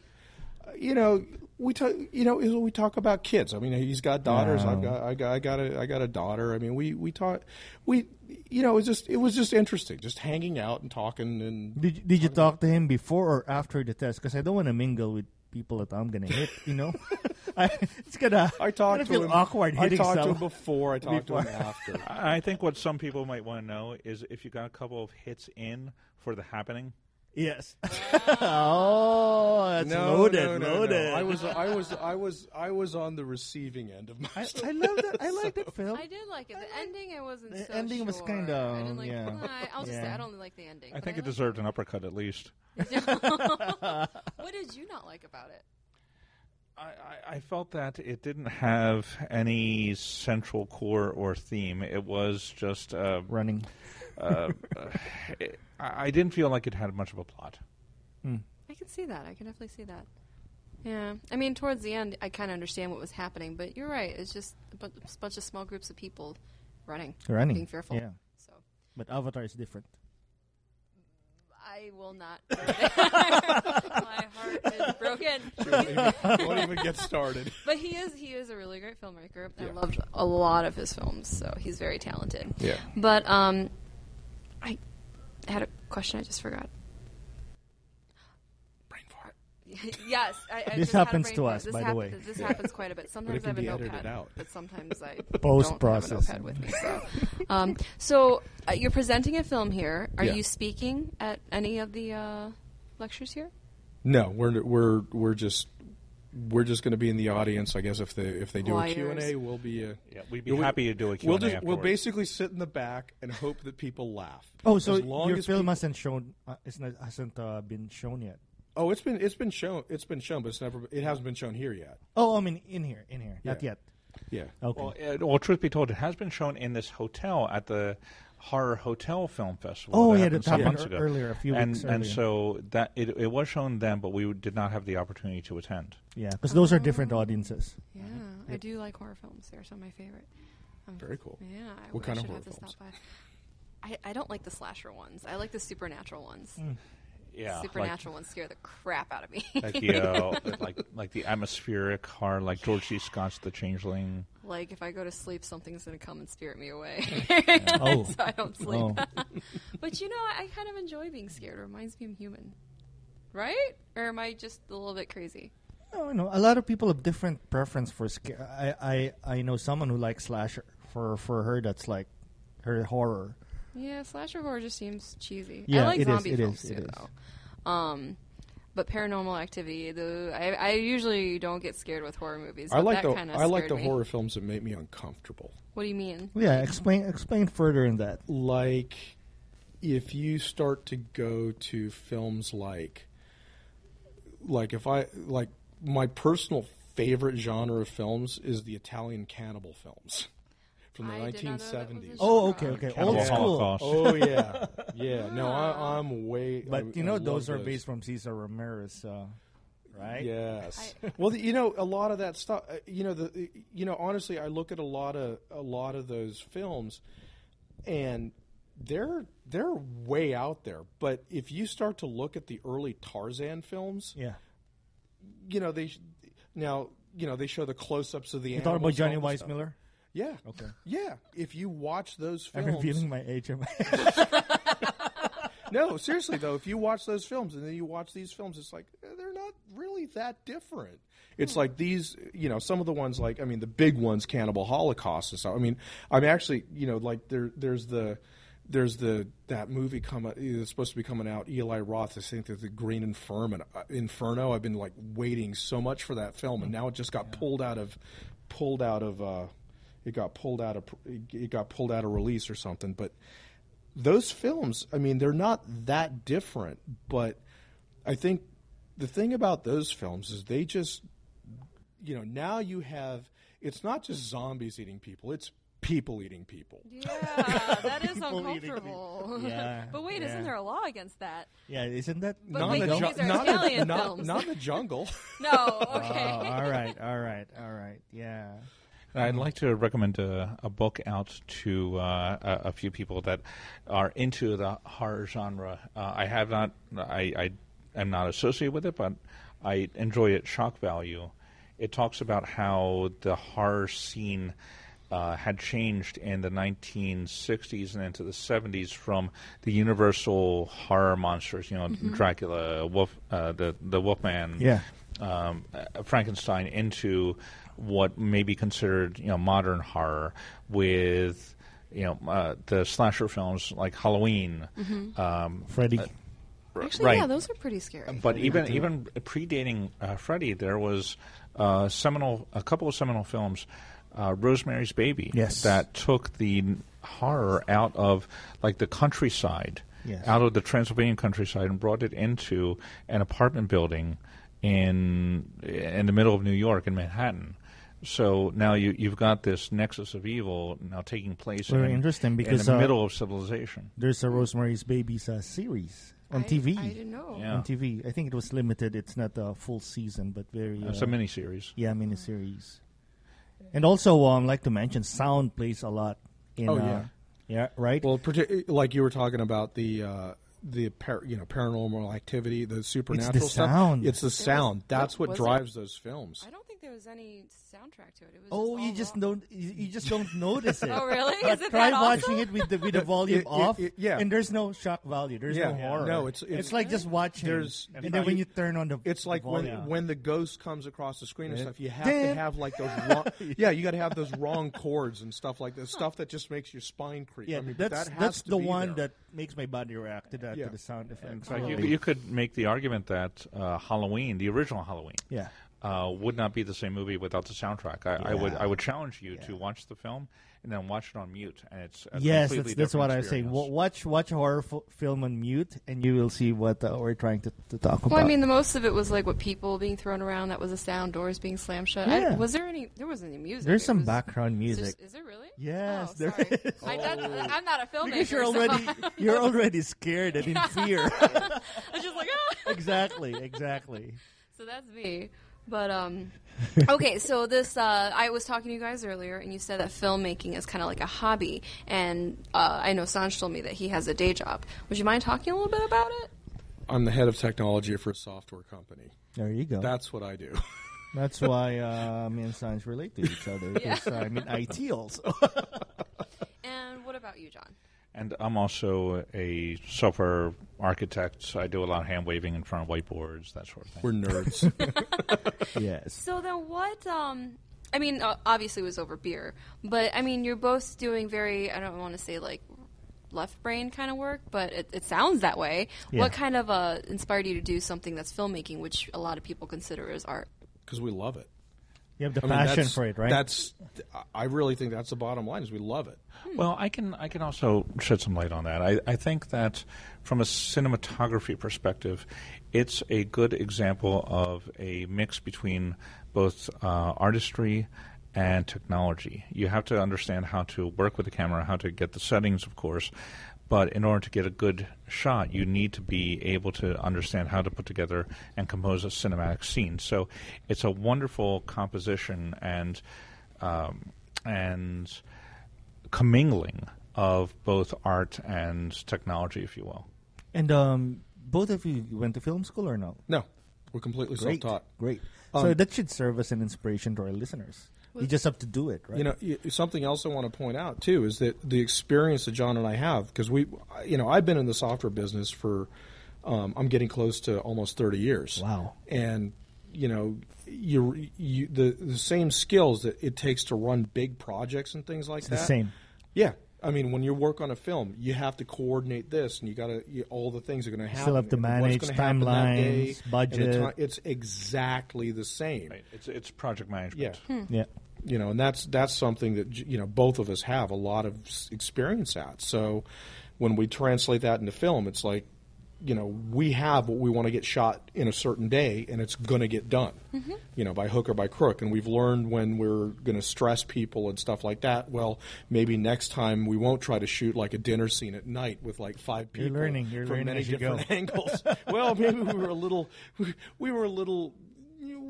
Speaker 3: you know, we talk, you know, we talk about kids. I mean, he's got daughters. I've got, I got, I got a, I got a daughter. I mean, we, we talk, we, you know, it's just, it was just interesting, just hanging out and talking and.
Speaker 2: Did you, did you talk to him before or after the test? Because I don't want to mingle with people that I'm gonna hit. You know, I, it's gonna.
Speaker 3: I talked
Speaker 2: gonna
Speaker 3: to
Speaker 2: feel
Speaker 3: him.
Speaker 2: awkward
Speaker 3: I
Speaker 2: hitting
Speaker 3: talked to him
Speaker 2: someone.
Speaker 3: before. I talked to him
Speaker 2: Before.
Speaker 3: after.
Speaker 4: I I think what some people might want to know is if you got a couple of hits in for the happening.
Speaker 2: Yes. oh, that's loaded,
Speaker 3: no, no, no.
Speaker 2: loaded.
Speaker 3: I was, I was, I was, I was on the receiving end of my.
Speaker 2: I, I love that. I like that film.
Speaker 1: I did like it. The ending, I wasn't.
Speaker 2: The
Speaker 1: so
Speaker 2: ending was
Speaker 1: sure.
Speaker 2: kinda,
Speaker 1: I didn't like,
Speaker 2: yeah.
Speaker 1: well, I, will just say
Speaker 2: Yeah.
Speaker 1: I don't like the ending.
Speaker 4: I
Speaker 1: but
Speaker 4: think it
Speaker 1: liked
Speaker 4: deserved an uppercut at least.
Speaker 1: What did you not like about it?
Speaker 4: I, I- I felt that it didn't have any central core or theme. It was just. Uh,
Speaker 2: Running.
Speaker 4: uh, it, I I didn't feel like it had much of a plot.
Speaker 1: I can see that. I can definitely see that. Yeah, I mean, towards the end, I kind of understand what was happening, but you're right. It's just a bu- a bunch of small groups of people running,
Speaker 2: Running.
Speaker 1: being fearful.
Speaker 2: Yeah.
Speaker 1: So
Speaker 2: But Avatar is different.
Speaker 1: I will not. go there. My heart is broken.
Speaker 3: Don't even get started.
Speaker 1: But he is he is a really great filmmaker. I loved a lot of his films, so he's very talented.
Speaker 3: Yeah.
Speaker 1: But um, I had a question I just forgot.
Speaker 3: Brain fart.
Speaker 1: yes, I, I
Speaker 2: This
Speaker 1: just had a
Speaker 2: happens
Speaker 1: brain
Speaker 2: to
Speaker 1: fart.
Speaker 2: us,
Speaker 1: This
Speaker 2: by the
Speaker 1: hap-
Speaker 2: way.
Speaker 1: This happens quite a bit. Sometimes I
Speaker 3: can
Speaker 1: have a
Speaker 3: be edited
Speaker 1: notepad,
Speaker 3: out.
Speaker 1: but sometimes I don't have a
Speaker 2: Post-processing.
Speaker 1: notepad with me. So, um, so uh, you're presenting a film here. Are
Speaker 3: Yeah.
Speaker 1: you speaking at any of the uh, lectures here?
Speaker 3: No, we're we're we're just we're just going to be in the audience, I guess. If they if they do a
Speaker 1: Liars.
Speaker 3: Q and A, we'll be. A,
Speaker 4: Yeah, we'd be happy to do a
Speaker 3: We'll
Speaker 4: Q&A
Speaker 3: just we'll
Speaker 4: afterwards.
Speaker 3: basically sit in the back and hope that people laugh.
Speaker 2: Oh, so
Speaker 3: As long
Speaker 2: your
Speaker 3: as
Speaker 2: film
Speaker 3: peop-
Speaker 2: hasn't shown, uh, it's not, hasn't uh, been shown yet.
Speaker 3: oh, it's been it's been shown it's been shown, but it's never it hasn't been shown here yet. Oh,
Speaker 2: Oh, I mean, in here, in here, not
Speaker 3: Yeah.
Speaker 2: yet.
Speaker 3: Yeah.
Speaker 2: Okay.
Speaker 4: Well, it, well, truth be told, it has been shown in this hotel at the Horror Hotel Film Festival.
Speaker 2: Oh,
Speaker 4: that
Speaker 2: yeah,
Speaker 4: happened
Speaker 2: that
Speaker 4: some
Speaker 2: happened
Speaker 4: months
Speaker 2: ear-
Speaker 4: ago.
Speaker 2: earlier, a few
Speaker 4: and,
Speaker 2: weeks
Speaker 4: And
Speaker 2: earlier.
Speaker 4: so that it, it was shown then, but we did not have the opportunity to attend.
Speaker 2: yeah, because those are different audiences.
Speaker 1: Yeah, I do like horror films. They're some of my favorite. Um,
Speaker 3: Very cool.
Speaker 1: Yeah, I
Speaker 3: What
Speaker 1: wish
Speaker 3: kind of
Speaker 1: I'd
Speaker 3: horror
Speaker 1: have to
Speaker 3: films?
Speaker 1: stop by. I, I don't like the slasher ones. I like the supernatural ones.
Speaker 2: Mm.
Speaker 4: Yeah,
Speaker 1: supernatural ones scare the crap out of me.
Speaker 4: Like, like the uh, like like the atmospheric horror, like George C. Scott's The Changeling.
Speaker 1: like if I go to sleep, something's gonna come and spirit me away.
Speaker 2: Oh.
Speaker 1: so I don't sleep.
Speaker 2: Oh.
Speaker 1: but you know, I kind of enjoy being scared. It reminds me I'm human, right? Or am I just a little bit crazy?
Speaker 2: No, no. A lot of people have different preference for scare. I, I, I know someone who likes slasher. For for her, that's like her horror.
Speaker 1: Yeah, slasher horror just seems cheesy. I
Speaker 2: Yeah,
Speaker 1: like
Speaker 2: it is,
Speaker 1: zombie
Speaker 2: it
Speaker 1: films
Speaker 2: is,
Speaker 1: too,
Speaker 2: it is.
Speaker 1: though. Um, but Paranormal Activity, the I, I usually don't get scared with horror movies.
Speaker 3: I
Speaker 1: but
Speaker 3: like
Speaker 1: that
Speaker 3: the
Speaker 1: kinda
Speaker 3: I like
Speaker 1: scared
Speaker 3: the
Speaker 1: me.
Speaker 3: horror films that make me uncomfortable.
Speaker 1: What do you mean?
Speaker 2: Yeah, explain explain further in that.
Speaker 3: like if you start to go to films like like if I like my personal favorite genre of films is the Italian cannibal films from the
Speaker 1: I did not know that was a
Speaker 3: 1970s.
Speaker 1: genre.
Speaker 2: Oh, okay, okay,
Speaker 4: Cannibal
Speaker 2: old school.
Speaker 4: Holocaust.
Speaker 3: Oh yeah, yeah. No, I, I'm way. I-
Speaker 2: But you know,
Speaker 3: I
Speaker 2: those are
Speaker 3: love
Speaker 2: based from Cesar Ramirez, uh, right?
Speaker 3: Yes. well, you know, a lot of that stuff. uh, You know, the you know, honestly, I look at a lot of a lot of those films, and they're they're way out there. But if you start to look at the early Tarzan films,
Speaker 2: Yeah.
Speaker 3: you know they sh- now you know they show the close-ups of the.
Speaker 2: You talking about Johnny
Speaker 3: Weissmuller?
Speaker 2: Weissmuller?
Speaker 3: Yeah. Okay. Yeah. If you watch those
Speaker 2: I'm
Speaker 3: films,
Speaker 2: revealing my age. am I?
Speaker 3: no, seriously though, if you watch those films and then you watch these films, it's like eh, they're not really that different. It's like these, you know, some of the ones like I mean the big ones, Cannibal Holocaust and stuff. I mean, I'm actually, you know, like there, there's the. There's the that movie coming that's supposed to be coming out. Eli Roth, I think, that the Green Inferno. Inferno. I've been like waiting so much for that film, and now it just got pulled out of, pulled out of, uh, it got pulled out of, it got pulled out of release or something. But those films, I mean, they're not that different, but I think the thing about those films is they just, you know, now you have, it's not just zombies eating people, it's people eating people.
Speaker 1: Yeah, that is
Speaker 2: People eating
Speaker 1: uncomfortable.
Speaker 2: people. Yeah,
Speaker 1: but wait,
Speaker 2: yeah.
Speaker 1: isn't there a law against that?
Speaker 2: yeah, isn't that?
Speaker 1: But Not wait, in the these ju- are
Speaker 3: not,
Speaker 1: Italian
Speaker 3: not-
Speaker 1: films.
Speaker 3: not in the jungle.
Speaker 1: No,
Speaker 2: Oh,
Speaker 1: okay.
Speaker 2: all right, all right, all right. Yeah.
Speaker 4: I'd like to recommend a, a book out to uh, a, a few people that are into the horror genre. Uh, I have not, I, I am not associated with it, but I enjoy its shock value. It talks about how the horror scene uh, had changed in the 1960s and into the 70s from the universal horror monsters, you know, Dracula, Wolf, uh, the the Wolfman,
Speaker 2: Yeah.
Speaker 4: um, uh, Frankenstein into what may be considered you know modern horror with you know uh, the slasher films like Halloween, um,
Speaker 2: Freddy.
Speaker 4: r-
Speaker 1: Mm-hmm. Actually,
Speaker 4: right?
Speaker 1: yeah, those are pretty scary.
Speaker 2: Um,
Speaker 4: but even even predating uh, Freddy, there was uh, seminal a couple of seminal films, uh, Rosemary's Baby,
Speaker 2: Yes.
Speaker 4: that took the horror out of like the countryside,
Speaker 2: Yes.
Speaker 4: out of the Transylvanian countryside, and brought it into an apartment building in in the middle of New York in Manhattan. So now you you've got this nexus of evil now taking place
Speaker 2: Very
Speaker 4: in,
Speaker 2: interesting because,
Speaker 4: in the
Speaker 2: uh,
Speaker 4: middle of civilization.
Speaker 2: There's a Rosemary's Babies uh, series on
Speaker 1: I-
Speaker 2: TV.
Speaker 1: I didn't know.
Speaker 4: Yeah.
Speaker 2: On TV, I think it was limited. It's not a full season, but very. Uh,
Speaker 4: It's a miniseries.
Speaker 2: yeah, miniseries. And also, um, like to mention, sound plays a lot. In,
Speaker 3: Oh,
Speaker 2: uh,
Speaker 3: yeah.
Speaker 2: yeah, right.
Speaker 3: Well, partic- like you were talking about the uh, the par- you know paranormal activity, the supernatural stuff.
Speaker 2: sound.
Speaker 3: It's the sound. That's what
Speaker 1: was it-
Speaker 3: drives those films.
Speaker 1: I don't think there was any soundtrack to it. It was
Speaker 2: oh,
Speaker 1: all
Speaker 2: you just
Speaker 1: raw.
Speaker 2: don't. You, you just don't notice it.
Speaker 1: Oh, really?
Speaker 2: But
Speaker 1: Is it
Speaker 2: try
Speaker 1: that
Speaker 2: watching
Speaker 1: awesome?
Speaker 2: it with the with the volume
Speaker 3: it-
Speaker 2: off.
Speaker 3: it- yeah.
Speaker 2: And there's no shock value. There's
Speaker 3: Yeah.
Speaker 2: no
Speaker 3: Yeah.
Speaker 2: horror.
Speaker 3: No, it's- it's-
Speaker 2: like just watching.
Speaker 3: There's-
Speaker 2: and then when you turn on the uh,
Speaker 3: It's like when
Speaker 2: volume.
Speaker 3: when the ghost comes across the screen and stuff. You have
Speaker 2: Dun.
Speaker 3: to have like those. Wrong, yeah, you got to have those wrong chords and stuff like that. Stuff that just makes your spine creep.
Speaker 2: Yeah,
Speaker 3: I mean, but
Speaker 2: that's
Speaker 3: that has
Speaker 2: that's
Speaker 3: to
Speaker 2: the
Speaker 3: be
Speaker 2: one
Speaker 3: there.
Speaker 2: that makes my body react to that
Speaker 3: Yeah.
Speaker 2: to the sound effects.
Speaker 4: In fact, you, you could make the argument that uh, Halloween, the original Halloween,
Speaker 2: yeah,
Speaker 4: uh, would not be the same movie without the soundtrack. I, I would I would challenge you to watch the film and then watch it on mute, and it's a
Speaker 2: Yes, that's,
Speaker 4: completely
Speaker 2: that's
Speaker 4: different
Speaker 2: what I was saying.
Speaker 4: experience.
Speaker 2: Wa- Watch watch horror f- film on mute, and you will see what uh, we're trying to, to talk about.
Speaker 1: Well, I mean, the most of it was like what people being thrown around. That was a sound. Doors being slammed shut.
Speaker 2: Yeah.
Speaker 1: I, was there any? There wasn't any music.
Speaker 2: There's
Speaker 1: It
Speaker 2: some
Speaker 1: was-
Speaker 2: background
Speaker 1: is there-
Speaker 2: music.
Speaker 1: Is there really?
Speaker 2: Yes,
Speaker 1: Oh,
Speaker 2: there Oh.
Speaker 1: sorry. I, that, I'm not a filmmaker.
Speaker 2: because you're
Speaker 1: so
Speaker 2: already you're already scared and in fear.
Speaker 1: I'm just like, ah.
Speaker 2: exactly, exactly.
Speaker 1: So that's me. But um, okay. So this, uh, I was talking to you guys earlier, and you said that filmmaking is kind of like a hobby. And uh, I know Sanj told me that he has a day job. Would you mind talking a little bit about it?
Speaker 3: I'm the head of technology for a software company.
Speaker 2: There you go.
Speaker 3: That's what I do.
Speaker 2: That's why uh, me and science relate to each other. Because uh, I'm in IT also.
Speaker 1: And what about you, John?
Speaker 4: And I'm also a software architect. So I do a lot of hand waving in front of whiteboards, that sort of thing.
Speaker 3: We're nerds.
Speaker 2: yes.
Speaker 1: So then, what? Um, I mean, uh, obviously it was over beer, but I mean, you're both doing very. I don't want to say like left brain kind of work, but it, it sounds that way.
Speaker 2: Yeah.
Speaker 1: What kind of uh, inspired you to do something that's filmmaking, which a lot of people consider as art?
Speaker 3: because we love it.
Speaker 2: You have the
Speaker 3: I mean,
Speaker 2: passion
Speaker 3: that's-
Speaker 2: for it, right?
Speaker 3: That's. I really think that's the bottom line is we love it.
Speaker 4: Well, I can I can also shed some light on that. I, I think that from a cinematography perspective, it's a good example of a mix between both uh, artistry and technology. You have to understand how to work with the camera, how to get the settings, of course. But in order to get a good shot, you need to be able to understand how to put together and compose a cinematic scene. So it's a wonderful composition and um, and commingling of both art and technology, if you will.
Speaker 2: and um, both of you went to film school or no?
Speaker 3: No, we're completely
Speaker 2: Great.
Speaker 3: self-taught.
Speaker 2: Great.
Speaker 3: Um,
Speaker 2: so that should serve as an inspiration to our listeners. You just have to do it, right?
Speaker 3: You know, y- something else I want to point out too is that the experience that John and I have because we, you know, I've been in the software business for, um, I'm getting close to almost 30 years.
Speaker 2: Wow.
Speaker 3: And you know, you, you the the same skills that it takes to run big projects and things like
Speaker 2: the
Speaker 3: that.
Speaker 2: same.
Speaker 3: Yeah. I mean, when you work on a film, you have to coordinate this, and you got to you, all the things are going to happen.
Speaker 2: have to
Speaker 3: and what's
Speaker 2: manage
Speaker 3: gonna happen that day,
Speaker 2: timelines,
Speaker 3: and the
Speaker 2: budget.
Speaker 3: ti- It's exactly the same.
Speaker 4: It's it's project management.
Speaker 3: Yeah.
Speaker 2: yeah.
Speaker 3: you know, and that's that's something that you know both of us have a lot of s- experience at. So when we translate that into film, it's like you know we have what we want to get shot in a certain day, and it's going to get done. You know, by hook or by crook. And we've learned when we're going to stress people and stuff like that. Well, maybe next time we won't try to shoot like a dinner scene at night with like five
Speaker 2: You're
Speaker 3: people
Speaker 2: learning, you're
Speaker 3: from
Speaker 2: learning
Speaker 3: many
Speaker 2: as you go.
Speaker 3: different angles. well, maybe we were a little, we, we were a little.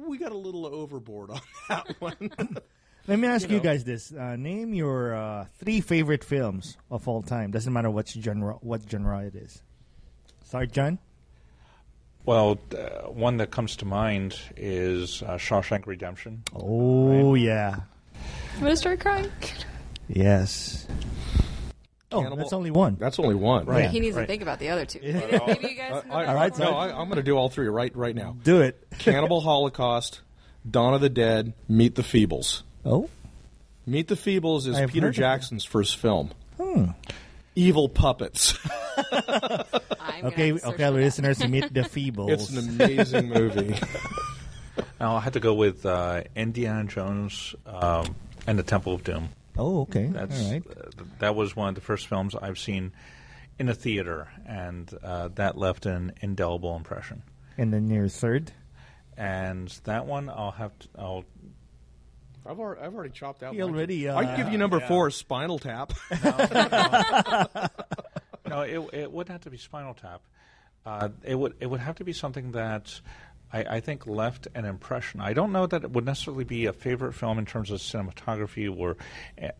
Speaker 3: We got a little overboard on that one.
Speaker 2: Let me ask you,
Speaker 3: know.
Speaker 2: guys this: uh, Name your uh, three favorite films of all time. Doesn't matter what genre, what genre it is. Sorry, John.
Speaker 4: Well, uh, one that comes to mind is uh, Shawshank Redemption.
Speaker 2: Oh yeah,
Speaker 1: I'm gonna start crying.
Speaker 2: yes. Oh,
Speaker 3: Cannibal-
Speaker 2: that's only one.
Speaker 3: That's only one, right?
Speaker 1: he needs
Speaker 4: right.
Speaker 1: to think about the other two.
Speaker 4: Well,
Speaker 1: Maybe you guys.
Speaker 3: I,
Speaker 2: All right,
Speaker 3: no,
Speaker 2: so-
Speaker 3: I, I'm going to do all three right right now.
Speaker 2: Do it.
Speaker 3: Cannibal Holocaust, Dawn of the Dead, Meet the Feebles.
Speaker 2: Oh,
Speaker 3: Meet the Feebles is
Speaker 2: I've heard
Speaker 3: Peter
Speaker 2: of it.
Speaker 3: Jackson's first film.
Speaker 2: Hmm.
Speaker 3: Evil puppets.
Speaker 1: I'm gonna
Speaker 2: okay,
Speaker 1: have to search
Speaker 2: okay,
Speaker 1: for
Speaker 2: our
Speaker 1: that.
Speaker 2: listeners, meet the Feebles.
Speaker 3: it's an amazing movie.
Speaker 4: Now I had to go with uh, Indiana Jones um, and the Temple of Doom.
Speaker 2: oh, okay,
Speaker 4: That's
Speaker 2: all right.
Speaker 4: uh, th- that was one of the first films I've seen in a theater, and uh, that left an indelible impression.
Speaker 2: And then your third.
Speaker 4: And that one, I'll have to, I'll
Speaker 3: I've already, I've already chopped out.
Speaker 2: He
Speaker 3: my-
Speaker 2: already, uh,
Speaker 3: I can give you number four, Spinal Tap.
Speaker 4: no, it it would have to be Spinal Tap. Uh, it would it would have to be something that I, I think left an impression. I don't know that it would necessarily be a favorite film in terms of cinematography or a, a,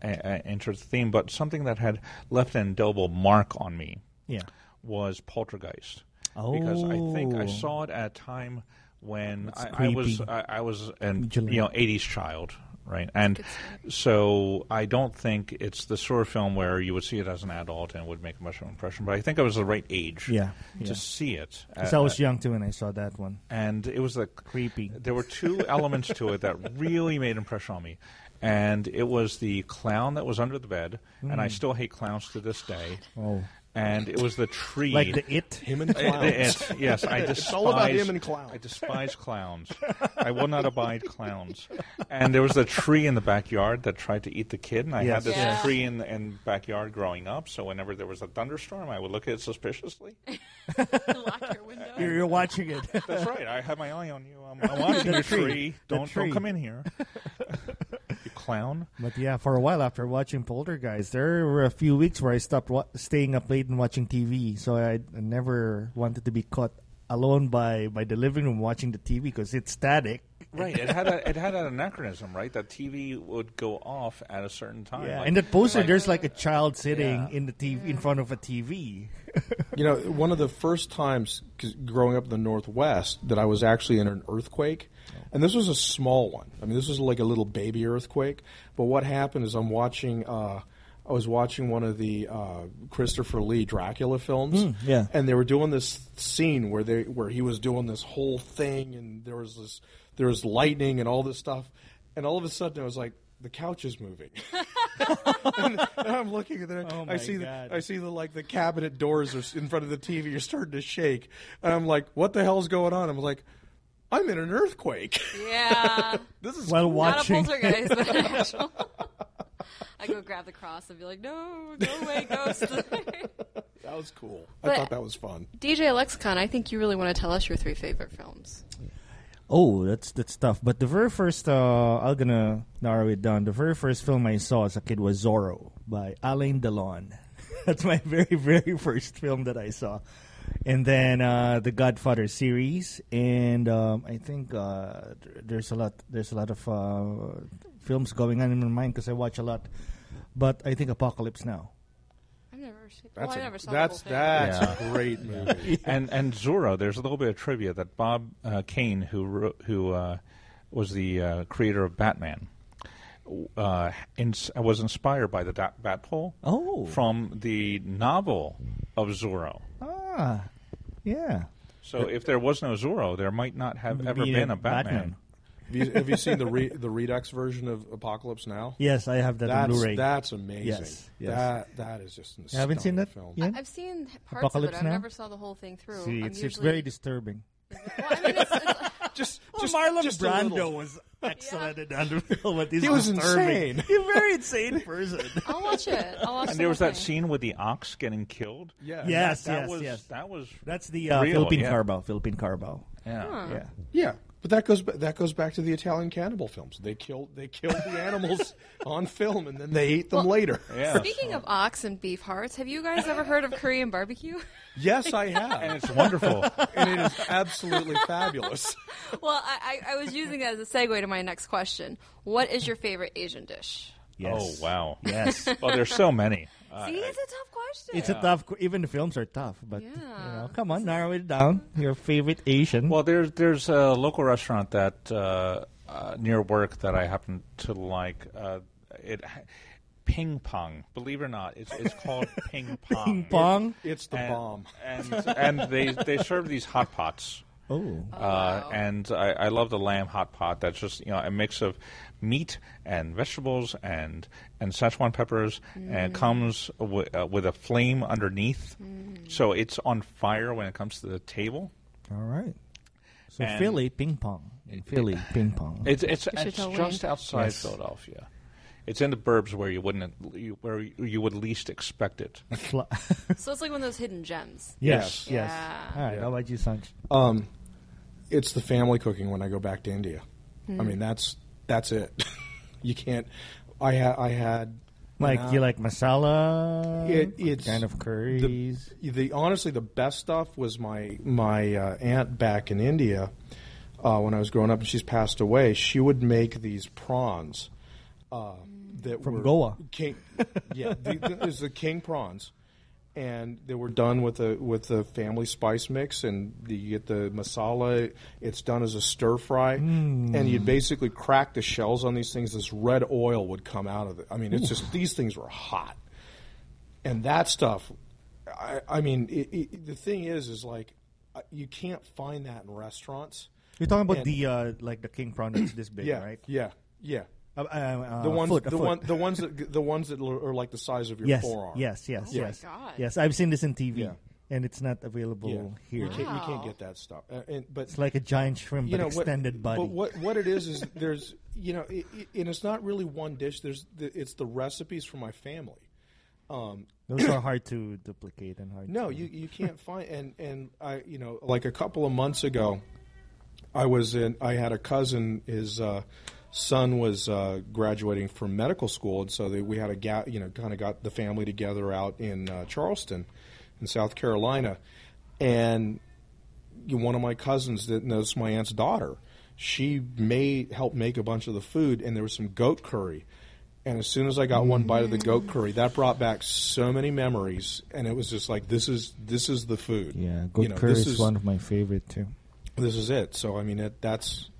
Speaker 4: a, in terms of theme, but something that had left an indelible mark on me
Speaker 2: Yeah.
Speaker 4: was Poltergeist. Because I think I
Speaker 2: Oh.
Speaker 4: saw it at a time when
Speaker 2: That's
Speaker 4: I, I was
Speaker 2: creepy.
Speaker 4: I, I was an
Speaker 2: Julian.
Speaker 4: you know '80s child, right? And so I don't think it's the sort of film where you would see it as an adult and it would make much of an impression. But I think I was the right age,
Speaker 2: Yeah,
Speaker 4: to
Speaker 2: yeah.
Speaker 4: see it. Uh,
Speaker 2: 'Cause I was young too when I saw that one.
Speaker 4: and it was the
Speaker 2: Creepy.
Speaker 4: There were two elements to it that really made impression on me. And it was the clown that was under the bed, and I still hate clowns to this day.
Speaker 2: Mm. Oh.
Speaker 4: and it was the tree.
Speaker 2: Like the it.
Speaker 3: Him and
Speaker 4: Uh,
Speaker 3: clowns.
Speaker 4: the it, yes, I despise.
Speaker 3: all about him and clowns.
Speaker 4: I despise clowns. I will not abide clowns. And there was a tree in the backyard that tried to eat the kid, and I
Speaker 2: Yes.
Speaker 4: had this
Speaker 1: Yeah.
Speaker 4: tree in the in backyard growing up. So whenever there was a thunderstorm, I would look at it suspiciously.
Speaker 1: Lock your window.
Speaker 2: You're, you're watching it.
Speaker 4: That's right. I have my eye on you. I'm, I'm watching your
Speaker 2: tree.
Speaker 4: tree.
Speaker 2: The
Speaker 4: Don't
Speaker 2: tree.
Speaker 4: don't come in here. you clown.
Speaker 2: But yeah, for a while after watching Poltergeist, there were a few weeks where I stopped wa- staying up late and watching TV. So I I never wanted to be caught alone by, by the living room watching the TV because it's static.
Speaker 4: Right. It had a, it had an anachronism, right? That TV would go off at a certain time.
Speaker 2: Yeah.
Speaker 4: like-
Speaker 2: and that poster,
Speaker 4: like-
Speaker 2: there's like a child sitting
Speaker 4: Yeah.
Speaker 2: in the TV in front of a TV.
Speaker 3: You know, one of the first times 'cause growing up in the Northwest that I was actually in an earthquake, and this was a small one. I mean, this was like a little baby earthquake. But what happened is I'm watching. Uh, I was watching one of the uh, Christopher Lee Dracula films,
Speaker 2: yeah.
Speaker 3: and they were doing this scene where they where he was doing this whole thing, and there was this there was lightning and all this stuff, and all of a sudden it was like the couch is moving. and, and I'm looking at it.
Speaker 2: Oh my
Speaker 3: I see
Speaker 2: God.
Speaker 3: the I see the like the cabinet doors are s- in front of the TV are starting to shake, and I'm like, "What the hell's going on?" I'm like, "I'm in an earthquake."
Speaker 1: Yeah.
Speaker 3: this is
Speaker 2: While
Speaker 1: Not a
Speaker 2: watching,
Speaker 1: poltergeist, but an actual. I go grab the cross and be like, no, go away, ghost.
Speaker 3: that was cool.
Speaker 1: But-
Speaker 3: I thought that was fun.
Speaker 1: DJ Alexicon, I think you really want to tell us your three favorite films.
Speaker 2: oh, that's that's tough. But the very first, uh, I'm gonna narrow it down. The very first film I saw as a kid was Zorro by Alain Delon. that's my very very first film that I saw, and then uh, the Godfather series, and um, I think uh, th- there's a lot there's a lot of uh, films going on in my mind because I watch a lot. But I think Apocalypse Now.
Speaker 1: I've never seen.
Speaker 3: That's
Speaker 1: well, I
Speaker 3: a-
Speaker 1: never saw
Speaker 3: that's
Speaker 1: the whole thing.
Speaker 3: that's a great movie.
Speaker 4: and and Zorro, there's a little bit of trivia that Bob uh, Kane, who wrote, who uh, was the uh, creator of Batman, uh, ins- was inspired by the da- Batpole
Speaker 2: Oh.
Speaker 4: from the novel of Zorro.
Speaker 2: Ah, yeah.
Speaker 4: So if there was no Zorro, there might not have ever
Speaker 2: Be
Speaker 4: been a Batman.
Speaker 3: have, you, have you seen the re, the Redux version of Apocalypse Now?
Speaker 2: Yes, I have that on
Speaker 3: that's
Speaker 2: Blu-ray.
Speaker 3: that's amazing.
Speaker 2: Yes, yes.
Speaker 3: That that is just an
Speaker 2: You haven't seen
Speaker 3: stunning
Speaker 2: that
Speaker 3: film.
Speaker 2: yet?
Speaker 1: I've seen parts
Speaker 2: Hmm? Apocalypse
Speaker 1: of it. I
Speaker 2: Now?
Speaker 1: never saw the whole thing through.
Speaker 2: See,
Speaker 1: I'm
Speaker 2: it's, it's
Speaker 1: usually-
Speaker 2: very disturbing.
Speaker 1: Well, I mean, it's, it's,
Speaker 3: Just,
Speaker 2: Well,
Speaker 3: just
Speaker 2: Oh, Marlon
Speaker 3: just a
Speaker 2: Brando
Speaker 3: little.
Speaker 2: was excellent in Underhill, but he's
Speaker 3: He was
Speaker 2: disturbing.
Speaker 3: insane.
Speaker 2: He's a very insane person.
Speaker 1: I'll watch it. I'll watch.
Speaker 4: And
Speaker 1: the
Speaker 4: there
Speaker 1: whole
Speaker 4: was that
Speaker 1: thing.
Speaker 4: scene with the ox getting killed.
Speaker 3: Yeah.
Speaker 2: yes,
Speaker 4: that
Speaker 2: yes,
Speaker 4: was
Speaker 2: yes.
Speaker 4: that was
Speaker 2: That's the uh,
Speaker 4: real,
Speaker 2: Philippine
Speaker 4: yeah.
Speaker 2: Carbo. Philippine Carbo.
Speaker 4: Yeah.
Speaker 1: Uh-huh.
Speaker 2: Yeah.
Speaker 3: Yeah, but that goes ba- that goes back to the Italian cannibal films. They killed they killed the animals on film and then they ate them later.
Speaker 4: Yeah.
Speaker 1: Speaking of ox and beef hearts, have you guys ever heard of Korean barbecue?
Speaker 3: Yes, I have,
Speaker 4: and it's wonderful. Oh,
Speaker 3: and it is absolutely fabulous.
Speaker 1: well, I, I, I was using that as a segue to my next question. What is your favorite Asian dish?
Speaker 2: Yes.
Speaker 4: Oh wow.
Speaker 2: Yes.
Speaker 4: Well, there's so many. Uh,
Speaker 1: See, it's a tough question.
Speaker 2: It's a tough. qu- Even the films are tough, but you
Speaker 1: Yeah.
Speaker 2: know, come on, narrow it down. Your favorite Asian?
Speaker 4: Well, there's there's a local restaurant that uh, uh, near work that I happen to like. Uh, it ping pong. Believe it or not, it's it's called ping pong.
Speaker 2: Ping pong.
Speaker 3: It's the
Speaker 4: And-
Speaker 3: bomb.
Speaker 4: And and they they serve these hot pots.
Speaker 2: Oh,
Speaker 4: Uh, and I, I love the lamb hot pot. That's just you know a mix of meat and vegetables and and Szechuan peppers, and it comes w- uh, with a flame underneath, so it's on fire when it comes to the table.
Speaker 2: all right. So
Speaker 4: And-
Speaker 2: Philly ping pong. In Philly ping pong.
Speaker 4: It's it's,
Speaker 1: should
Speaker 4: it's
Speaker 1: tell Wayne.
Speaker 4: just outside
Speaker 2: Yes.
Speaker 4: Philadelphia. It's in the burbs where you wouldn't you, where you would least expect it.
Speaker 2: Fla-
Speaker 1: So it's like one of those hidden gems.
Speaker 2: yes. Yes.
Speaker 3: Yes.
Speaker 1: Yeah.
Speaker 2: All right. How about you, Sanj?
Speaker 3: Um, it's the family cooking when I go back to India. I mean, that's that's it. you can't. I ha- I had
Speaker 2: Like
Speaker 3: Yeah.
Speaker 2: you like masala?
Speaker 3: It- it's
Speaker 2: kind of curries.
Speaker 3: the honestly the best stuff was my my uh, aunt back in India uh, when I was growing up, and she's passed away. She would make these prawns uh, that
Speaker 2: From
Speaker 3: were
Speaker 2: Goa.
Speaker 3: King, yeah, the, the, it was the king prawns, and they were done with a with the family spice mix, and the, you get the masala. It's done as a stir fry,
Speaker 2: Mm.
Speaker 3: and you'd basically crack the shells on these things. This red oil would come out of it. I mean, it's just these things were hot and that stuff i, I mean it, it, the thing is is like uh, you can't find that in restaurants
Speaker 2: You're talking about
Speaker 3: And-
Speaker 2: the uh, like the king prawn that's this big,
Speaker 3: yeah
Speaker 2: right?
Speaker 3: yeah yeah
Speaker 2: Uh, uh, uh,
Speaker 3: The ones,
Speaker 2: foot, a
Speaker 3: the
Speaker 2: foot.
Speaker 3: one, the ones that, the ones that are like the size of your
Speaker 2: yes,
Speaker 3: forearm.
Speaker 2: yes, yes,
Speaker 1: Oh my
Speaker 2: yes,
Speaker 1: God.
Speaker 2: yes. I've seen this in TV,
Speaker 3: Yeah.
Speaker 2: and it's not available
Speaker 3: You
Speaker 2: here.
Speaker 3: can't, you can't
Speaker 1: Wow.
Speaker 3: get that stuff. Uh, and, but
Speaker 2: It's like a giant shrimp,
Speaker 3: you
Speaker 2: but
Speaker 3: know
Speaker 2: extended
Speaker 3: what,
Speaker 2: body.
Speaker 3: But what what it is is there's you know, it, it, and it's not really one dish. There's the, it's the recipes from my family.
Speaker 2: Those are hard to duplicate and hard.
Speaker 3: No,
Speaker 2: to,
Speaker 3: you you can't find and and I you know like a couple of months ago, I was in I had a cousin his uh, son was uh, graduating from medical school and so they, we had a ga- you know kind of got the family together out in uh, Charleston, in South Carolina, and you know, one of my cousins that knows my aunt's daughter, she made helped make a bunch of the food and there was some goat curry. And as soon as I got one bite of the goat curry, that brought back so many memories, and it was just like this is this is the food.
Speaker 2: yeah, good
Speaker 3: You know,
Speaker 2: curry
Speaker 3: this
Speaker 2: is, one of my favorite too.
Speaker 3: this is it. So I mean, it, that's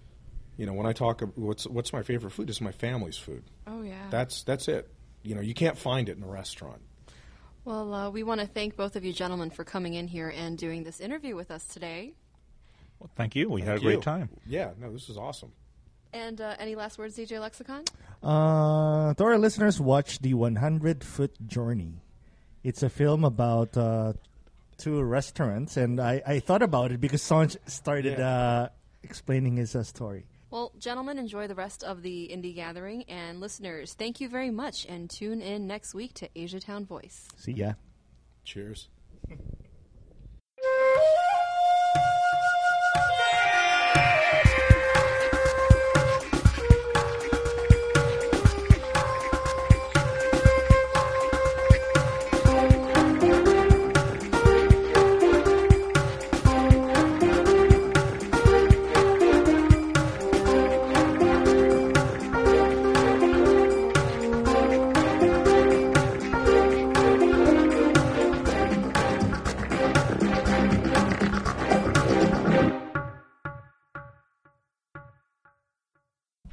Speaker 3: you know, when I talk ab- what's what's my favorite food is my family's food.
Speaker 1: Oh, yeah.
Speaker 3: That's that's it. You know, you can't find it in a restaurant.
Speaker 1: Well, uh, we want to thank both of you gentlemen for coming in here and doing this interview with us today.
Speaker 4: Well, thank you. We had a
Speaker 3: Thank
Speaker 4: great
Speaker 3: you.
Speaker 4: time.
Speaker 3: Yeah, no, this is awesome.
Speaker 1: And uh, any last words, DJ Lexicon?
Speaker 2: Uh, to our listeners, watch the 100 Foot Journey. It's a film about uh, two restaurants, and I, I thought about it because Sanj started
Speaker 3: Yeah.
Speaker 2: uh, explaining his uh, story.
Speaker 1: Well, gentlemen, enjoy the rest of the Indie Gathering. And listeners, thank you very much and tune in next week to Asiatown Voice.
Speaker 2: See ya.
Speaker 3: Cheers.